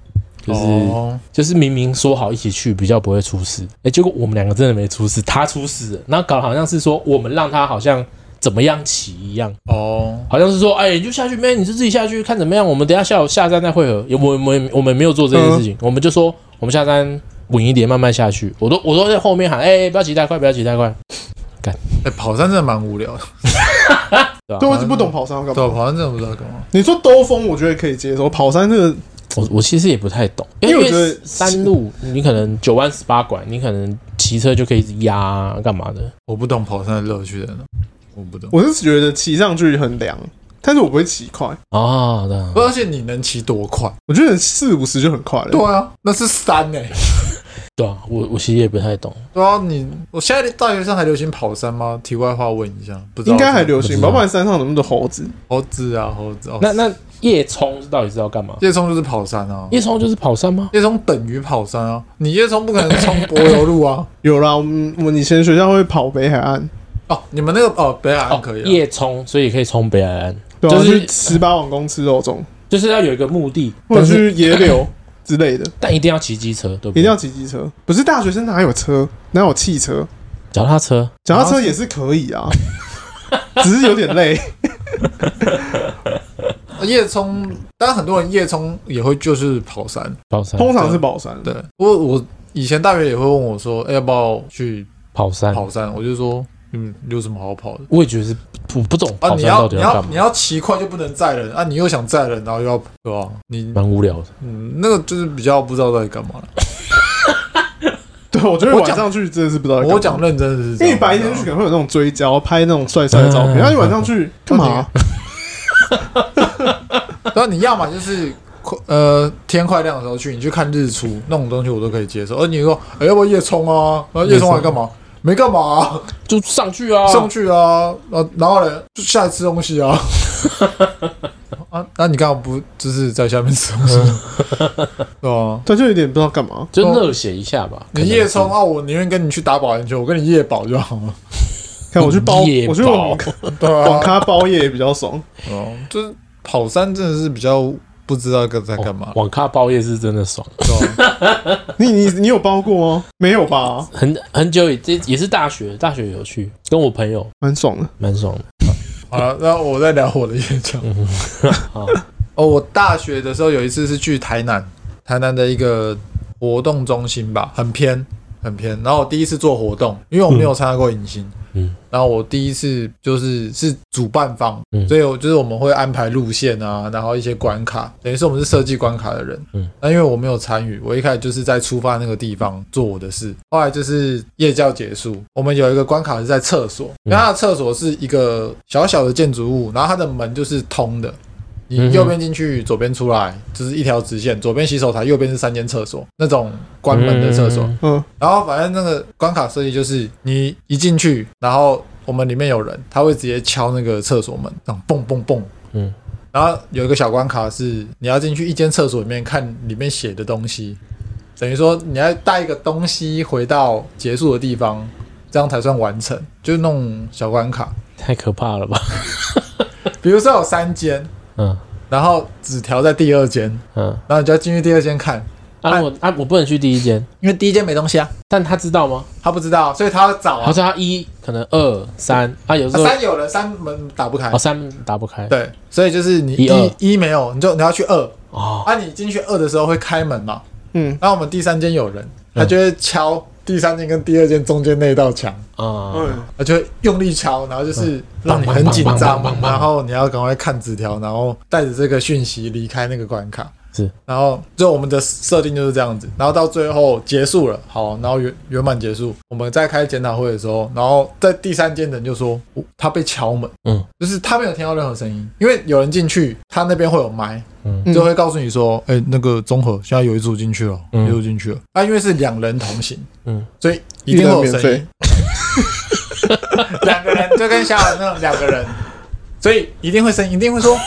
Speaker 3: 就是、
Speaker 2: 哦，
Speaker 3: 就是明明说好一起去，比较不会出事，哎、结果我们两个真的没出事，他出事了，然后搞得好像是说我们让他好像怎么样骑一样，
Speaker 2: 哦，
Speaker 3: 好像是说，哎、你就下去，妹，你就自己下去看怎么样，我们等一下下午下山再会合。也我们我们没有做这件事
Speaker 1: 嗯
Speaker 3: 情，我们就说我们下山稳一点，慢慢下去。我都我都在后面喊，哎、不要骑太快，不要骑太快。
Speaker 2: 哎、跑山真的蛮无聊的，
Speaker 3: 啊
Speaker 1: 对，我一直不懂跑山要干
Speaker 2: 对啊，
Speaker 1: 嘛。
Speaker 2: 跑山真的不知道干嘛。
Speaker 1: 你说兜风，我觉得可以接受。跑山这个，
Speaker 3: 我我其实也不太懂，因
Speaker 1: 因为
Speaker 3: 为
Speaker 1: 我觉得
Speaker 3: 山路你可能九弯十八拐，你可能骑车就可以一直压啊干嘛的。
Speaker 2: 我不懂跑山的乐趣在哪，我不懂。
Speaker 1: 我是觉得骑上去很凉，但是我不会骑快，
Speaker 3: 哦，对啊
Speaker 2: 不，而且你能骑多快？
Speaker 1: 我觉得四五十就很快了。
Speaker 2: 对啊，那是山呢、
Speaker 3: 对啊，我我其实也不太懂。
Speaker 2: 对啊，你我现在大学生还流行跑山吗？题外话问一下，不知道
Speaker 1: 应该还流行
Speaker 3: 不知
Speaker 1: 吧，
Speaker 3: 道
Speaker 1: 不然山上有那么多猴子。
Speaker 2: 猴子啊，猴子。哦、
Speaker 3: 那那夜冲到底是要干嘛？
Speaker 2: 夜冲就是跑山啊，
Speaker 3: 夜冲就是跑山吗？
Speaker 2: 夜冲等于跑山啊，你夜冲不可能冲柏油 路啊。
Speaker 1: 有啦，我们我们以前学校会跑北海岸，
Speaker 2: 哦，你们那个哦，北海
Speaker 3: 哦
Speaker 2: 岸可以、啊
Speaker 3: 夜冲，所以可以冲北海岸，
Speaker 1: 对啊，
Speaker 3: 就是
Speaker 1: 去十八王宫吃肉粽，
Speaker 3: 就是要有一个目的，
Speaker 1: 或者
Speaker 3: 但是
Speaker 1: 去野柳之类的，
Speaker 3: 但一定要骑机车，对不
Speaker 1: 一定
Speaker 3: 对？
Speaker 1: 要骑机车。不是大学生哪有车，哪有汽车？
Speaker 3: 脚踏车，
Speaker 1: 脚踏车也是可以啊，只是有点累。
Speaker 2: 夜冲，当然很多人夜冲也会就是跑山。
Speaker 3: 跑山，
Speaker 1: 通常是宝山，
Speaker 2: 对，不过我以前大学也会问我说，哎要不要去
Speaker 3: 跑山，
Speaker 2: 跑山？我就说，嗯，有什么好跑的？
Speaker 3: 我也觉得是不不懂
Speaker 2: 啊，
Speaker 3: 跑
Speaker 2: 你
Speaker 3: 山
Speaker 2: 要
Speaker 3: 到底
Speaker 2: 你要
Speaker 3: 干
Speaker 2: 你
Speaker 3: 嘛，
Speaker 2: 要骑快就不能载人啊，你又想载人，然后又要对吧、你
Speaker 3: 蛮无聊的。
Speaker 2: 嗯，那个就是比较不知道在干嘛了。
Speaker 1: 对，我觉得
Speaker 2: 我
Speaker 1: 晚
Speaker 2: 讲
Speaker 1: 上去真的是不知道在干嘛。
Speaker 2: 我哦讲认真的是这
Speaker 1: 因为
Speaker 2: 样，哦
Speaker 1: 你白天去可能会有那种追焦、拍那种帅帅的照片，
Speaker 3: 嗯
Speaker 1: 然后你晚上去干嘛？
Speaker 2: 然后你要么就是快呃天快亮的时候去，你去看日出那种东西我都可以接受。而你说，哎、要不要夜冲啊？然后夜冲来干嘛？没干嘛啊、
Speaker 3: 就上去啊，
Speaker 2: 上去啊，然后然后呢，就下来吃东西 啊。啊，那你刚好不就是在下面吃 东西？对啊，
Speaker 1: 对，就有点不知道干嘛。
Speaker 3: 就热血一下吧。
Speaker 2: 你夜冲啊，我宁愿跟你去打保龄球，我跟你夜保就好了。
Speaker 1: 看我去包，
Speaker 3: 夜
Speaker 1: 我去网
Speaker 3: 跑
Speaker 2: 对
Speaker 1: 网
Speaker 2: 啊，
Speaker 1: 咖包夜也比较爽。
Speaker 2: 哦，就是跑山真的是比较不知道该在
Speaker 3: 可能是
Speaker 2: 干嘛，
Speaker 3: 哦网咖包夜是真的爽，
Speaker 2: 对啊
Speaker 1: 你你你有包过吗？没有吧，
Speaker 3: 很很久以这也是大学，大学有去，跟我朋友
Speaker 1: 蛮爽的。
Speaker 3: 蛮爽的。
Speaker 2: 好了，那我再聊我的夜场。
Speaker 3: 好，
Speaker 2: 哦，我大学的时候有一次是去台南，台南的一个活动中心吧，很偏很偏。然后我第一次做活动，因为我没有参加过迎新，
Speaker 3: 嗯，
Speaker 2: 然后我第一次就是是主办方，
Speaker 3: 嗯
Speaker 2: 所以我就是我们会安排路线啊，然后一些关卡，等于是我们是设计关卡的人，
Speaker 3: 嗯，
Speaker 2: 那因为我没有参与，我一开始就是在出发那个地方做我的事，后来就是夜教结束，我们有一个关卡是在厕所，因
Speaker 3: 嗯
Speaker 2: 为它的厕所是一个小小的建筑物，然后它的门就是通的。
Speaker 3: 嗯
Speaker 2: 你
Speaker 3: 哼
Speaker 2: 右边进去，左边出来，就是一条直线。左边洗手台，右边是三间厕所，那种关门的厕所。
Speaker 3: 嗯
Speaker 1: 嗯，
Speaker 2: 然后反正那个关卡设计就是，你一进去，然后我们里面有人，他会直接敲那个厕所门，这样蹦蹦蹦，
Speaker 3: 嗯，
Speaker 2: 然后有一个小关卡是你要进去一间厕所里面看里面写的东西，等于说你要带一个东西回到结束的地方，这样才算完成，就是那种小关卡。
Speaker 3: 太可怕了吧？
Speaker 2: 比如说有三间，
Speaker 3: 嗯
Speaker 2: 然后纸条在第二间，
Speaker 3: 嗯，
Speaker 2: 然后你就要进去第二间看，
Speaker 3: 啊我啊我不能去第一间，
Speaker 2: 因为第一间没东西啊，
Speaker 3: 但他知道吗？
Speaker 2: 他不知道，所以他要找
Speaker 3: 他
Speaker 2: 啊。
Speaker 3: 说他一可能二三啊，有时候
Speaker 2: 三有了，三门打不开
Speaker 1: 啊
Speaker 3: 哦，三打不开
Speaker 2: 对，所以就是你
Speaker 3: 一二
Speaker 2: 一一没有，你就你要去二
Speaker 3: 哦，
Speaker 2: 啊，你进去二的时候会开门嘛，
Speaker 1: 嗯，
Speaker 2: 然后我们第三间有人，
Speaker 3: 嗯
Speaker 2: 他就会敲第三间跟第二间中间那道墙，
Speaker 3: 啊
Speaker 1: 嗯，
Speaker 2: 他就会用力敲，然后
Speaker 3: 嗯
Speaker 2: 就是让你
Speaker 3: 砰砰
Speaker 2: 很
Speaker 3: 砰
Speaker 2: 紧
Speaker 3: 砰
Speaker 2: 张
Speaker 3: 砰砰，砰
Speaker 2: 然后你要赶快看纸条，然后带着这个讯息离开那个关卡。
Speaker 3: 是，
Speaker 2: 然后就我们的设定就是这样子，然后到最后结束了，好，然后圆圆满结束，我们在开检讨会的时候，然后在第三间的人就说我他被敲门，
Speaker 3: 嗯，
Speaker 2: 就是他没有听到任何声音，因为有人进去，他那边会有麦，
Speaker 3: 嗯
Speaker 2: 就会告诉你说，哎、那个综合现在有一组进去了，
Speaker 3: 嗯
Speaker 2: 有一组进去了，啊，因为是两人同行，
Speaker 3: 嗯，
Speaker 2: 所以一定会有
Speaker 1: 一人免
Speaker 2: 声音
Speaker 1: 费，
Speaker 2: 两个人就跟小雅那种两个人，所以一定会声音，一定会 说。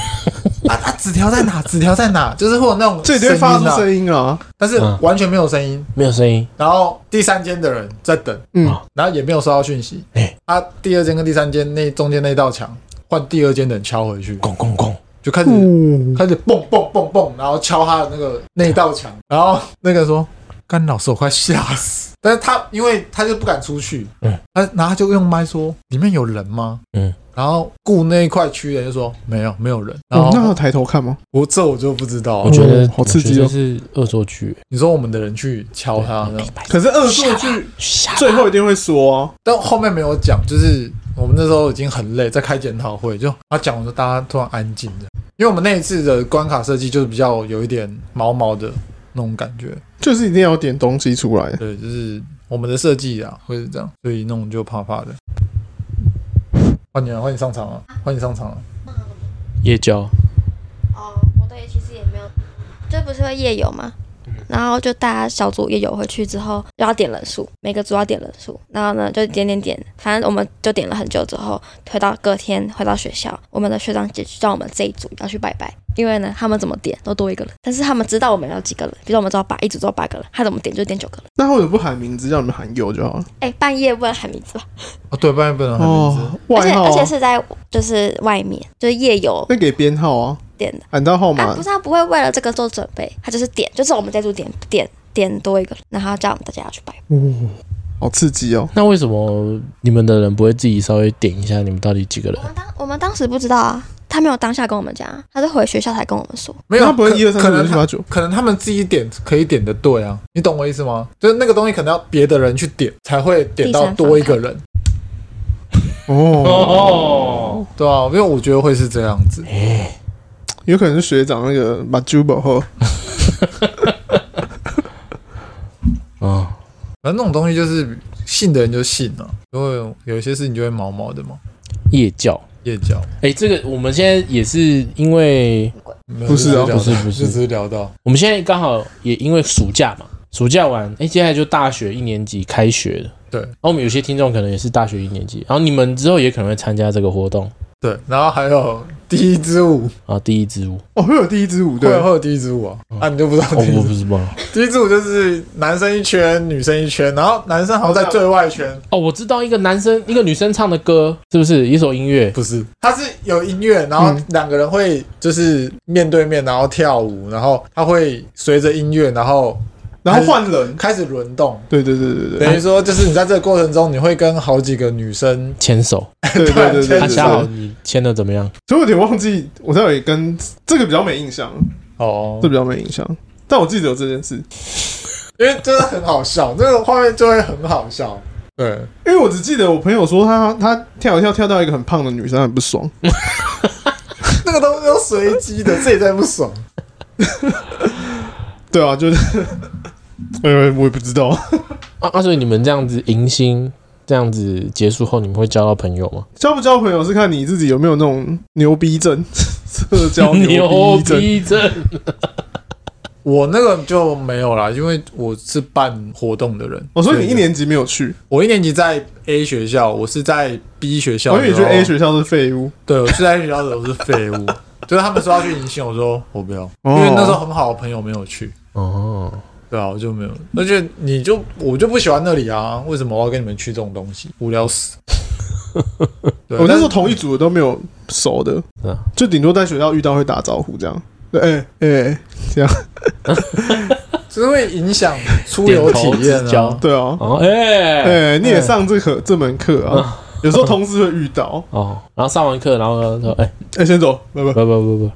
Speaker 2: 啊啊！纸条在哪？纸条在哪？就是会有那种
Speaker 1: 这里就会发出
Speaker 2: 啊
Speaker 1: 声音啊，
Speaker 2: 但是
Speaker 3: 嗯
Speaker 2: 完全没有声音。
Speaker 3: 没有声音，
Speaker 2: 然后第三间的人在等，
Speaker 1: 嗯
Speaker 3: 哦
Speaker 2: 然后也没有收到讯息。
Speaker 3: 哎
Speaker 2: 他第二间跟第三间那中间那道墙换第二间的人敲回去，
Speaker 3: 咣咣咣，
Speaker 2: 就开始、
Speaker 1: 嗯，
Speaker 2: 开始蹦蹦蹦蹦，然后敲他的那个那道墙。然后那个说：“干老师，我快吓死！”但是他因为他就不敢出去，
Speaker 3: 嗯，
Speaker 2: 他然后他就用麦说：“里面有人吗？”
Speaker 3: 嗯。
Speaker 2: 然后顾那一块区的人就说没有没有人，然
Speaker 1: 哦那还
Speaker 2: 后
Speaker 1: 有抬头看吗？
Speaker 2: 我这我就不知道
Speaker 3: 我，觉得
Speaker 1: 哦好刺激哦
Speaker 3: 我觉得是恶作剧，
Speaker 2: 你说我们的人去敲他，那种。
Speaker 1: 可是恶作剧
Speaker 3: 吓
Speaker 1: 最后一定会说啊，
Speaker 2: 但后面没有讲，就是我们那时候已经很累，在开检讨会，就他讲，我说大家突然安静的，因为我们那一次的关卡设计就是比较有一点毛毛的那种感觉，
Speaker 1: 就是一定要有点东西出来。
Speaker 2: 对，就是我们的设计啊会是这样，所以弄就怕怕的。换你了，换你上场了，啊换你上场了。
Speaker 3: 夜交，
Speaker 4: 哦，我对其实也没有，这不是会夜游吗？然后就大家小组夜游回去之后，就要点人数，每个组要点人数。然后呢，就点点点，反正我们就点了很久之后，回到隔天回到学校，我们的学长姐就叫我们这一组要去拜拜，因为呢，他们怎么点都多一个人，但是他们知道我们有几个人，比如说我们知道八一组只有八个人，他怎么点就点九个人。
Speaker 1: 那为什么不喊名字，让你们喊友就好了？
Speaker 4: 哎，半夜问喊名字吧，
Speaker 2: 哦，对，不然不能喊名字。
Speaker 1: 哦，
Speaker 4: 而且
Speaker 1: 外号
Speaker 4: 而且
Speaker 1: 啊，
Speaker 4: 是在就是外面，就是夜游
Speaker 1: 那给编号啊，
Speaker 4: 点的。
Speaker 1: 喊到号
Speaker 4: 啊，
Speaker 1: 码
Speaker 4: 不是，他不会为了这个做准备，他就是点，就是我们这组点点点多一个，然后叫我们大家要去拜。
Speaker 1: 好刺激哦。
Speaker 3: 那为什么你们的人不会自己稍微点一下你们到底几个人
Speaker 4: 我？们当我们当时不知道啊，他没有当下跟我们讲啊，他是回学校才跟我们说。
Speaker 2: 没有，
Speaker 1: 那不会
Speaker 2: 可
Speaker 1: 一二三四
Speaker 2: 可
Speaker 1: 五六
Speaker 2: 能
Speaker 1: 七
Speaker 2: 他
Speaker 1: 八九
Speaker 2: 可能他们自己点可以点的对啊，你懂我意思吗？就是那个东西可能要别的人去点才会点
Speaker 4: 第
Speaker 2: 到
Speaker 4: 三方
Speaker 2: 多一个人，
Speaker 1: 哦，
Speaker 3: 哦，
Speaker 2: 对啊，因为我觉得会是这样子。
Speaker 3: 哎
Speaker 1: 有可能是学长那个把 Jubo 后，
Speaker 3: 嗯，
Speaker 2: 反正那种东西就是信的人就信了、因为有一些事情就会毛毛的嘛。
Speaker 3: 夜教。
Speaker 2: 夜教
Speaker 3: 哎、这个我们现在也是因为
Speaker 2: 没有
Speaker 1: 不是啊
Speaker 2: 就只聊到
Speaker 3: 不是不是
Speaker 2: 就只是聊到
Speaker 3: 我们现在刚好也因为暑假嘛，暑假完，哎、接下来就大学一年级开学了。
Speaker 2: 对
Speaker 3: 然后我们有些听众可能也是大学一年级，然后你们之后也可能会参加这个活动
Speaker 2: 对，然后还有第一支舞，
Speaker 3: 啊。第一支舞，
Speaker 1: 哦，会有第一支舞
Speaker 2: 会
Speaker 1: 对，
Speaker 2: 会有第一支舞啊，啊你就不知道
Speaker 3: 哦，
Speaker 2: 第一
Speaker 3: 我
Speaker 2: 支
Speaker 3: 不是吧？
Speaker 2: 第一支舞就是男生一圈，女生一圈，然后男生好像在最外圈，
Speaker 3: 哦，我知道一个男生一个女生唱的歌，是不是一首音乐？
Speaker 2: 不是，他是有音乐，然后
Speaker 1: 嗯
Speaker 2: 两个人会就是面对面，然后跳舞，然后他会随着音乐，然后
Speaker 1: 然后换人，
Speaker 2: 开始轮动。
Speaker 1: 对对对对对
Speaker 2: 等于说，就是你在这个过程中，你会跟好几个女生
Speaker 3: 牵手，
Speaker 1: 对对对对对
Speaker 3: 他
Speaker 1: 对，
Speaker 3: 恰好
Speaker 1: 所
Speaker 3: 你牵的怎么样？
Speaker 1: 以我有点忘记，我待会跟这个比较没印象，
Speaker 2: 哦
Speaker 1: 这比较没印象，但我记得有这件事，
Speaker 2: 因为真的很好笑，那个画面就会很好笑。对，
Speaker 1: 因为我只记得我朋友说他他跳一跳跳到一个很胖的女生很不爽，
Speaker 2: 那个东西都随机的，这也在不爽。
Speaker 1: 对啊，就是 哎，我也不知道，
Speaker 3: 啊啊！所以你们这样子迎新，这样子结束后，你们会交到朋友吗？
Speaker 1: 交不交朋友是看你自己有没有那种牛逼症， 社 交牛逼 症。
Speaker 3: 逼症，
Speaker 2: 我那个就没有啦，因为我是办活动的人。
Speaker 1: 我说
Speaker 2: 所
Speaker 1: 哦你
Speaker 2: 以
Speaker 1: 一，年级没有去，
Speaker 2: 我一年级在 A 学校，我是在 B 学校。
Speaker 1: 哦我以为你觉得
Speaker 2: 然后
Speaker 1: A 学校是废物，
Speaker 2: 对，我是在 A 学校的，我是废物。 就是他们说要去迎新，我说我不要，因
Speaker 1: 哦
Speaker 2: 为那时候很好的朋友没有去，
Speaker 3: 哦，
Speaker 2: 对啊，我就没有，而且你就我就不喜欢那里啊，为什么我要跟你们去这种东西，无 聊死。对，
Speaker 1: 我那时候
Speaker 2: 但
Speaker 1: 同一组的都没有熟的
Speaker 3: 是啊，
Speaker 1: 就顶多在学校遇到会打招呼这样。对，哎、哎、
Speaker 2: 只会影响出游体验
Speaker 3: 点头之
Speaker 2: 啊
Speaker 3: 交。
Speaker 1: 对啊，
Speaker 3: 哦，哎、
Speaker 1: 哎、你也上这课、这门课啊？有时候同事会遇到，
Speaker 3: 哦，然后上完课，然后说，哎、
Speaker 1: 哎、先走，拜拜。
Speaker 3: 不不不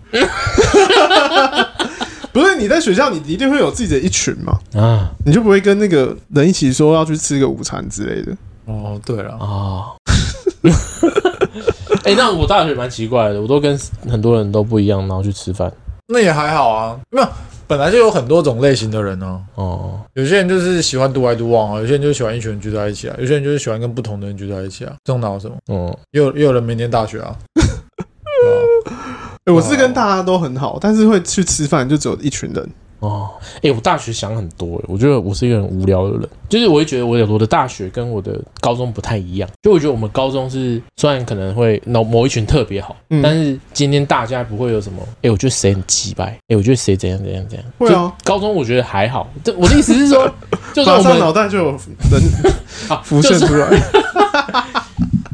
Speaker 1: 不是你在学校，你一定会有自己的一群嘛，
Speaker 3: 不啊
Speaker 1: 你就不会跟那个人一起说要去吃个午餐之类的。
Speaker 2: 哦，对了，
Speaker 3: 哦， 哎、那我大学蛮奇怪的，我都跟很多人都不一样，然后去吃饭。
Speaker 2: 那也还好啊，没有，本来就有很多种类型的人呢、
Speaker 3: 哦，
Speaker 2: 有些人就是喜欢独来独往啊，有些人就是喜欢一群人聚在一起啊，有些人就是喜欢跟不同的人聚在一起啊，这种哪有什么？
Speaker 3: 嗯，
Speaker 2: 也有也有人没念大学 啊。对啊
Speaker 1: 哎、我是跟大家都很好，但是会去吃饭就只有一群人。
Speaker 3: 哦，哎、我大学想很多欸，我觉得我是一个很无聊的人，就是我会觉得我有我的大学跟我的高中不太一样，就我觉得我们高中是虽然可能会某某一群特别好，
Speaker 1: 嗯
Speaker 3: 但是今天大家不会有什么，哎、我觉得谁很鸡掰，哎、我觉得谁怎样怎样怎样，
Speaker 1: 会啊，
Speaker 3: 高中我觉得还好，这我的意思是 说，就算
Speaker 1: 马
Speaker 3: 我
Speaker 1: 上
Speaker 3: 们
Speaker 1: 脑袋就有人
Speaker 3: 啊
Speaker 1: 浮现
Speaker 3: 就是
Speaker 1: 出来。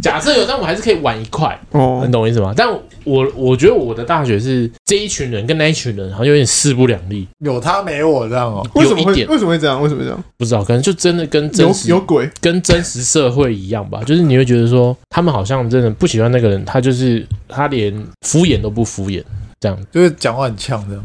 Speaker 3: 假设有，但我还是可以玩一块，
Speaker 1: 哦
Speaker 3: 你，懂我意思吗？但我我觉得我的大学是这一群人跟那一群人好像有点势不两立，
Speaker 2: 有他没我这样哦。
Speaker 1: 为什么
Speaker 3: 有一
Speaker 1: 会
Speaker 3: 点
Speaker 1: 为什么会这样？为什么会这样？
Speaker 3: 不知道，可能就真的跟真实
Speaker 1: 有有鬼
Speaker 3: 跟真实社会一样吧，就是你会觉得说，他们好像真的不喜欢那个人，他就是他连敷衍都不敷衍，这样，
Speaker 2: 就是讲话很呛这样。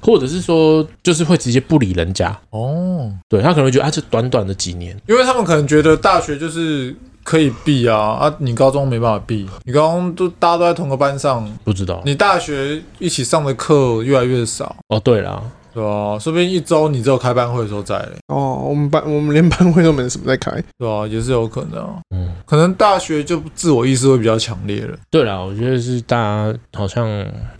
Speaker 3: 或者是说，就是会直接不理人家，
Speaker 2: 哦，
Speaker 3: 对他可能会觉得啊，这短短的几年，
Speaker 2: 因为他们可能觉得大学就是可以毕啊啊，你高中没办法毕，你高中都大家都在同个班上，
Speaker 3: 不知道
Speaker 1: 嗯
Speaker 2: 你大学一起上的课越来越少，
Speaker 3: 哦，对啦，
Speaker 2: 对吧、说不定一周你只有开班会的时候在、
Speaker 1: 哦，我们班我们连班会都没什么在开。
Speaker 2: 对吧、也是有可能、啊。
Speaker 3: 嗯，
Speaker 2: 可能大学就自我意识会比较强烈了，
Speaker 3: 对啦，我觉得是大家好像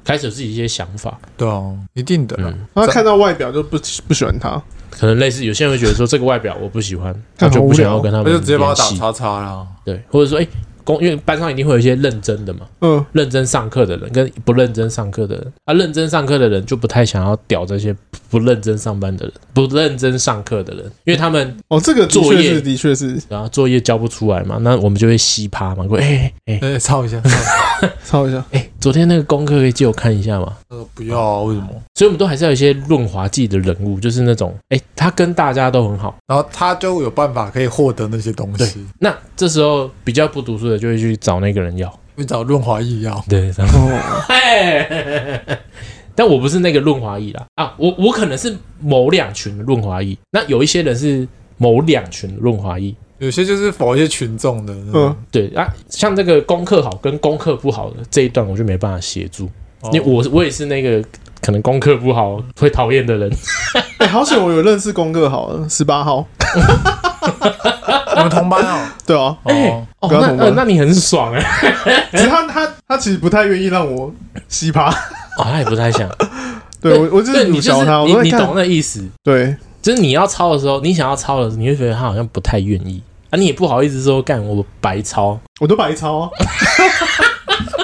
Speaker 3: 开始有自己一些想法，
Speaker 2: 对啊，一定的啦。
Speaker 3: 嗯，
Speaker 1: 他看到外表就不不喜欢他，
Speaker 3: 可能类似有些人会觉得说这个外表我不喜欢，
Speaker 1: 看
Speaker 3: 我
Speaker 1: 好
Speaker 3: 就
Speaker 1: 无
Speaker 3: 不想
Speaker 1: 聊
Speaker 3: 要跟他
Speaker 2: 那
Speaker 3: 们
Speaker 2: 就直接帮他打
Speaker 3: 联系
Speaker 2: 叉叉啦。
Speaker 3: 对，或者说哎。公因为班上一定会有一些认真的嘛，
Speaker 1: 嗯，
Speaker 3: 认真上课的人跟不认真上课的人，啊，认真上课的人就不太想要屌这些不认真上班的人，不认真上课的人，因为他们
Speaker 1: 哦，这个的
Speaker 3: 作
Speaker 1: 确
Speaker 3: 业
Speaker 1: 是的确是
Speaker 3: 然后作业交不出来嘛，那我们就会嘻趴嘛，会哎哎
Speaker 2: 哎、抄一下，抄一下
Speaker 1: 抄一下。
Speaker 3: 哎，昨天那个功课可以借我看一下嘛？
Speaker 2: 呃，不要啊，为什 么？
Speaker 3: 所以我们都还是要有一些润滑剂的人物，就是那种哎，他跟大家都很好，
Speaker 2: 然后他就有办法可以获得那些东西，
Speaker 3: 那这时候比较不读书的就会去找那个人要，
Speaker 2: 去找润滑液药。
Speaker 3: 对，然后
Speaker 1: 哦，
Speaker 3: 哎，但我不是那个润滑液啦，啊，我我可能是某两群的润滑液，那有一些人是某两群的润滑液，
Speaker 2: 有些就是否一些群众的那种，
Speaker 1: 嗯，
Speaker 3: 对啊，像这个功课好跟功课不好的这一段，我就没办法协助，
Speaker 2: 哦
Speaker 3: 因为我我也是那个可能功课不好会讨厌的人，
Speaker 1: 哎，好险我有认识功课好了，十八号，
Speaker 2: 我们同班 哦，
Speaker 1: 对啊，
Speaker 2: 哦，
Speaker 3: 哦，
Speaker 1: 不要
Speaker 3: 那
Speaker 1: 同班
Speaker 3: 呃那你很爽哎、
Speaker 1: 只是他他他其实不太愿意让我洗趴，
Speaker 3: 哦，他也不太 想，
Speaker 1: 对我我只
Speaker 3: 对
Speaker 1: 是
Speaker 3: 你
Speaker 1: 辱
Speaker 3: 就
Speaker 1: 笑他，我
Speaker 3: 是
Speaker 1: 都
Speaker 3: 你
Speaker 1: 在
Speaker 3: 你懂
Speaker 1: 看，
Speaker 3: 那意思，
Speaker 1: 对，
Speaker 3: 就是你要抄的时候，你想要抄的时候，你会觉得他好像不太愿意啊，你也不好意思说干我白抄，
Speaker 1: 我都白抄啊，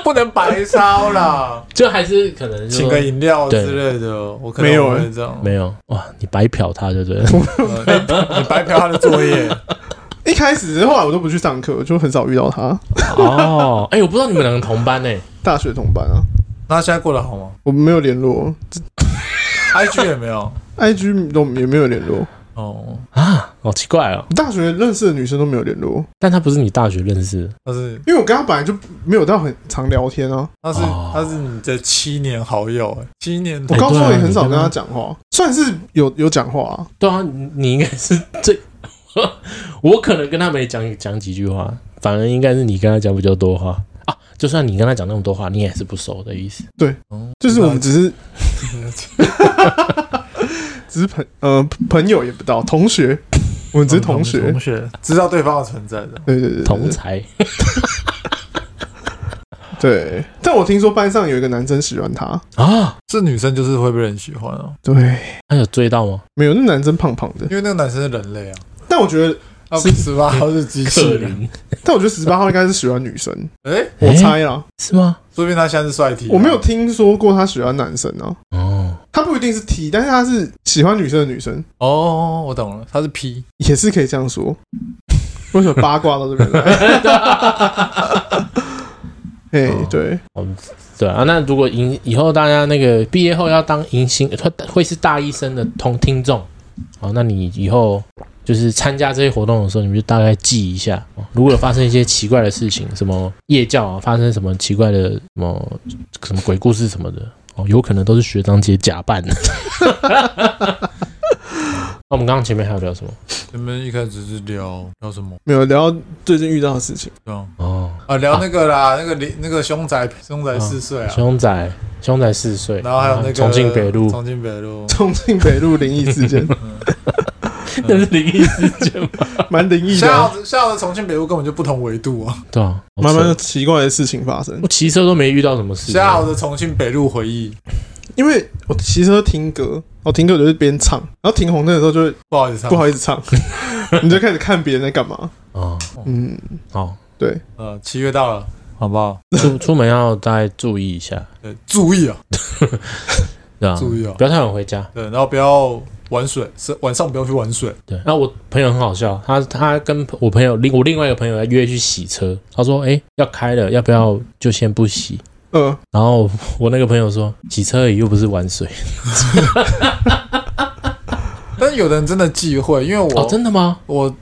Speaker 2: 不能白烧 啦，
Speaker 3: 就还是可能就
Speaker 2: 请个饮料
Speaker 3: 对
Speaker 2: 之类的，我可能
Speaker 1: 没有
Speaker 2: 会这样，
Speaker 3: 没有哇，你白嫖他 对不对？
Speaker 2: 呃你你白嫖他的作业，
Speaker 1: 一开始后来我都不去上课，就很少遇到他，
Speaker 3: 哦，哎、我不知道你们两个同班呢、
Speaker 1: 大学同班啊，
Speaker 2: 那现在过得好吗
Speaker 1: 我们没有联络
Speaker 2: ？IG 也没有，
Speaker 1: ，IG 都也没有联络，
Speaker 2: 哦，
Speaker 3: 啊，好奇怪 哦。
Speaker 1: 大学认识的女生都没有联络，
Speaker 3: 但他不是你大学认识的
Speaker 2: 他是
Speaker 1: 因为我跟他本来就没有到很常聊天啊，
Speaker 2: 他是
Speaker 3: 哦
Speaker 2: 他是你的七年好友，哎，七年
Speaker 1: 我
Speaker 3: 哎
Speaker 1: 高中
Speaker 3: 对啊
Speaker 1: 也很少跟
Speaker 3: 你跟他
Speaker 1: 他讲话，算是有有讲话啊，
Speaker 3: 对啊，你你应该是最， 我可能跟他没讲讲几句话，反而应该是你跟他讲比较多话啊。就算你跟他讲那么多话，你也是不熟的意思。
Speaker 2: 哦
Speaker 1: 就是我们只是 只是朋呃朋友也不到，同学，我们只是同学。
Speaker 2: 同学知道对方的存在的，
Speaker 1: 对对对
Speaker 3: 哦同
Speaker 1: 对
Speaker 3: 才
Speaker 1: 对，但我听说班上有一个男生喜欢他，
Speaker 3: 啊，
Speaker 2: 这女生就是会被人喜欢哦，
Speaker 1: 对，
Speaker 3: 他有追到吗？
Speaker 1: 没有那男生胖胖的，
Speaker 2: 因为那个男生是人类啊，
Speaker 1: 但我觉得
Speaker 2: 是十八号是机器
Speaker 3: 客
Speaker 2: 人。
Speaker 3: 人
Speaker 1: 但我觉得十八号应该是喜欢女生，
Speaker 2: 哎、
Speaker 1: 我
Speaker 3: 诶
Speaker 1: 猜啦，
Speaker 3: 是啊吗？
Speaker 2: 说不定他现在是帅 T 啊。
Speaker 1: 我没有听说过他喜欢男生啊。
Speaker 3: 哦，
Speaker 1: 他不一定是 T，但是他是喜欢女生的女生，
Speaker 2: 哦，我懂了，他是 P。
Speaker 1: 也是可以这样说。为什么八卦到这边 来？哎、
Speaker 3: 哦
Speaker 1: 对，
Speaker 3: 对啊，那如果迎以后大家那个毕业后要当迎新，呃会会是大一生的同听众，哦，那你以后就是参加这些活动的时候，你们就大概记一下，哦、如果有发生一些奇怪的事情，什么夜教啊，发生什么奇怪的什么什么鬼故事什么的，哦，有可能都是学长姐假扮的。 那我们刚刚前面还有聊什么？
Speaker 2: 你们一开始是聊聊什么？
Speaker 1: 没有聊到最近遇到的事情。
Speaker 2: 对啊，
Speaker 3: 哦，
Speaker 2: 啊聊那个啦，那个林那个凶宅，凶宅四岁啊，
Speaker 3: 熊仔，熊仔四岁，
Speaker 2: 然后还有那个
Speaker 3: 重庆北路，
Speaker 2: 重庆北
Speaker 3: 哦
Speaker 2: 路，
Speaker 1: 重庆北路灵异事 件，
Speaker 3: 那是灵异事件吗？
Speaker 1: 蛮灵异的
Speaker 2: 下
Speaker 1: 啊，
Speaker 2: 午下午的重庆北路根本就不同维度啊。
Speaker 3: 对啊，好
Speaker 1: 慢慢
Speaker 3: 扯
Speaker 1: 有奇怪的事情发生
Speaker 3: 我。骑车都没遇到什么事。
Speaker 2: 下午的重庆北路回忆，
Speaker 1: 因为我骑车停格，我停格哦就是边唱，然后停红灯的时候就会
Speaker 2: 不好意思啊，
Speaker 1: 不好意思唱， 你就开始看别人在干嘛。
Speaker 3: 哦，
Speaker 1: 嗯，
Speaker 3: 好，
Speaker 1: 对，
Speaker 2: 呃，七月到了，好不好？
Speaker 3: 出出门要大概注意一下，
Speaker 2: 对，注意啊，
Speaker 3: 对吧？
Speaker 2: 注意啊
Speaker 3: 不，要太晚回家。
Speaker 2: 对，然后不要玩水，是晚上不要去玩水，
Speaker 3: 对，那我朋友很好笑，他他跟我朋友另我另外一个朋友要约去洗车，他说：“哎，要开了，要不要就先不洗
Speaker 1: 呃，？”
Speaker 3: 然后我那个朋友说：“洗车而已，又不是玩水。
Speaker 2: 但有的人真的忌讳，因为”我、
Speaker 3: 哦，真的吗？
Speaker 2: 我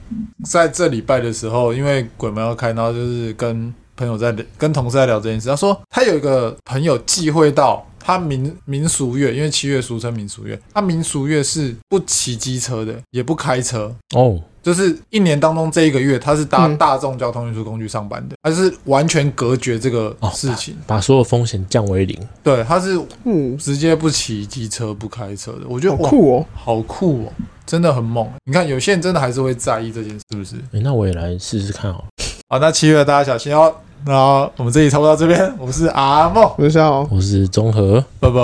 Speaker 2: 在这礼拜的时候，因为鬼门要开，然后就是跟朋友在聊跟同事在聊这件事。他说他有一个朋友忌讳到他民民俗月，因为七月俗称民俗月，他民俗月是不骑机车的，也不开车。
Speaker 3: 哦，
Speaker 2: 就是一年当中这一个月，他是搭
Speaker 1: 嗯
Speaker 2: 大众交通运输工具上班的，他是完全隔绝这个
Speaker 3: 哦
Speaker 2: 事情。
Speaker 3: 把所有风险降为零。
Speaker 2: 对，他是
Speaker 1: 嗯，
Speaker 2: 直接不骑机车、不开车的。我觉得
Speaker 1: 好
Speaker 2: 哇，
Speaker 1: 酷哦。
Speaker 2: 好酷哦，真的很猛。你看，有些人真的还是会在意这件事，是不是？
Speaker 3: 哎，那我也来试试看哦。
Speaker 2: 好，那七月大家小心哦。那我们这里差不多到这边，我们是阿梦，
Speaker 1: 我就下哦。
Speaker 3: 我是综合。
Speaker 2: 拜拜。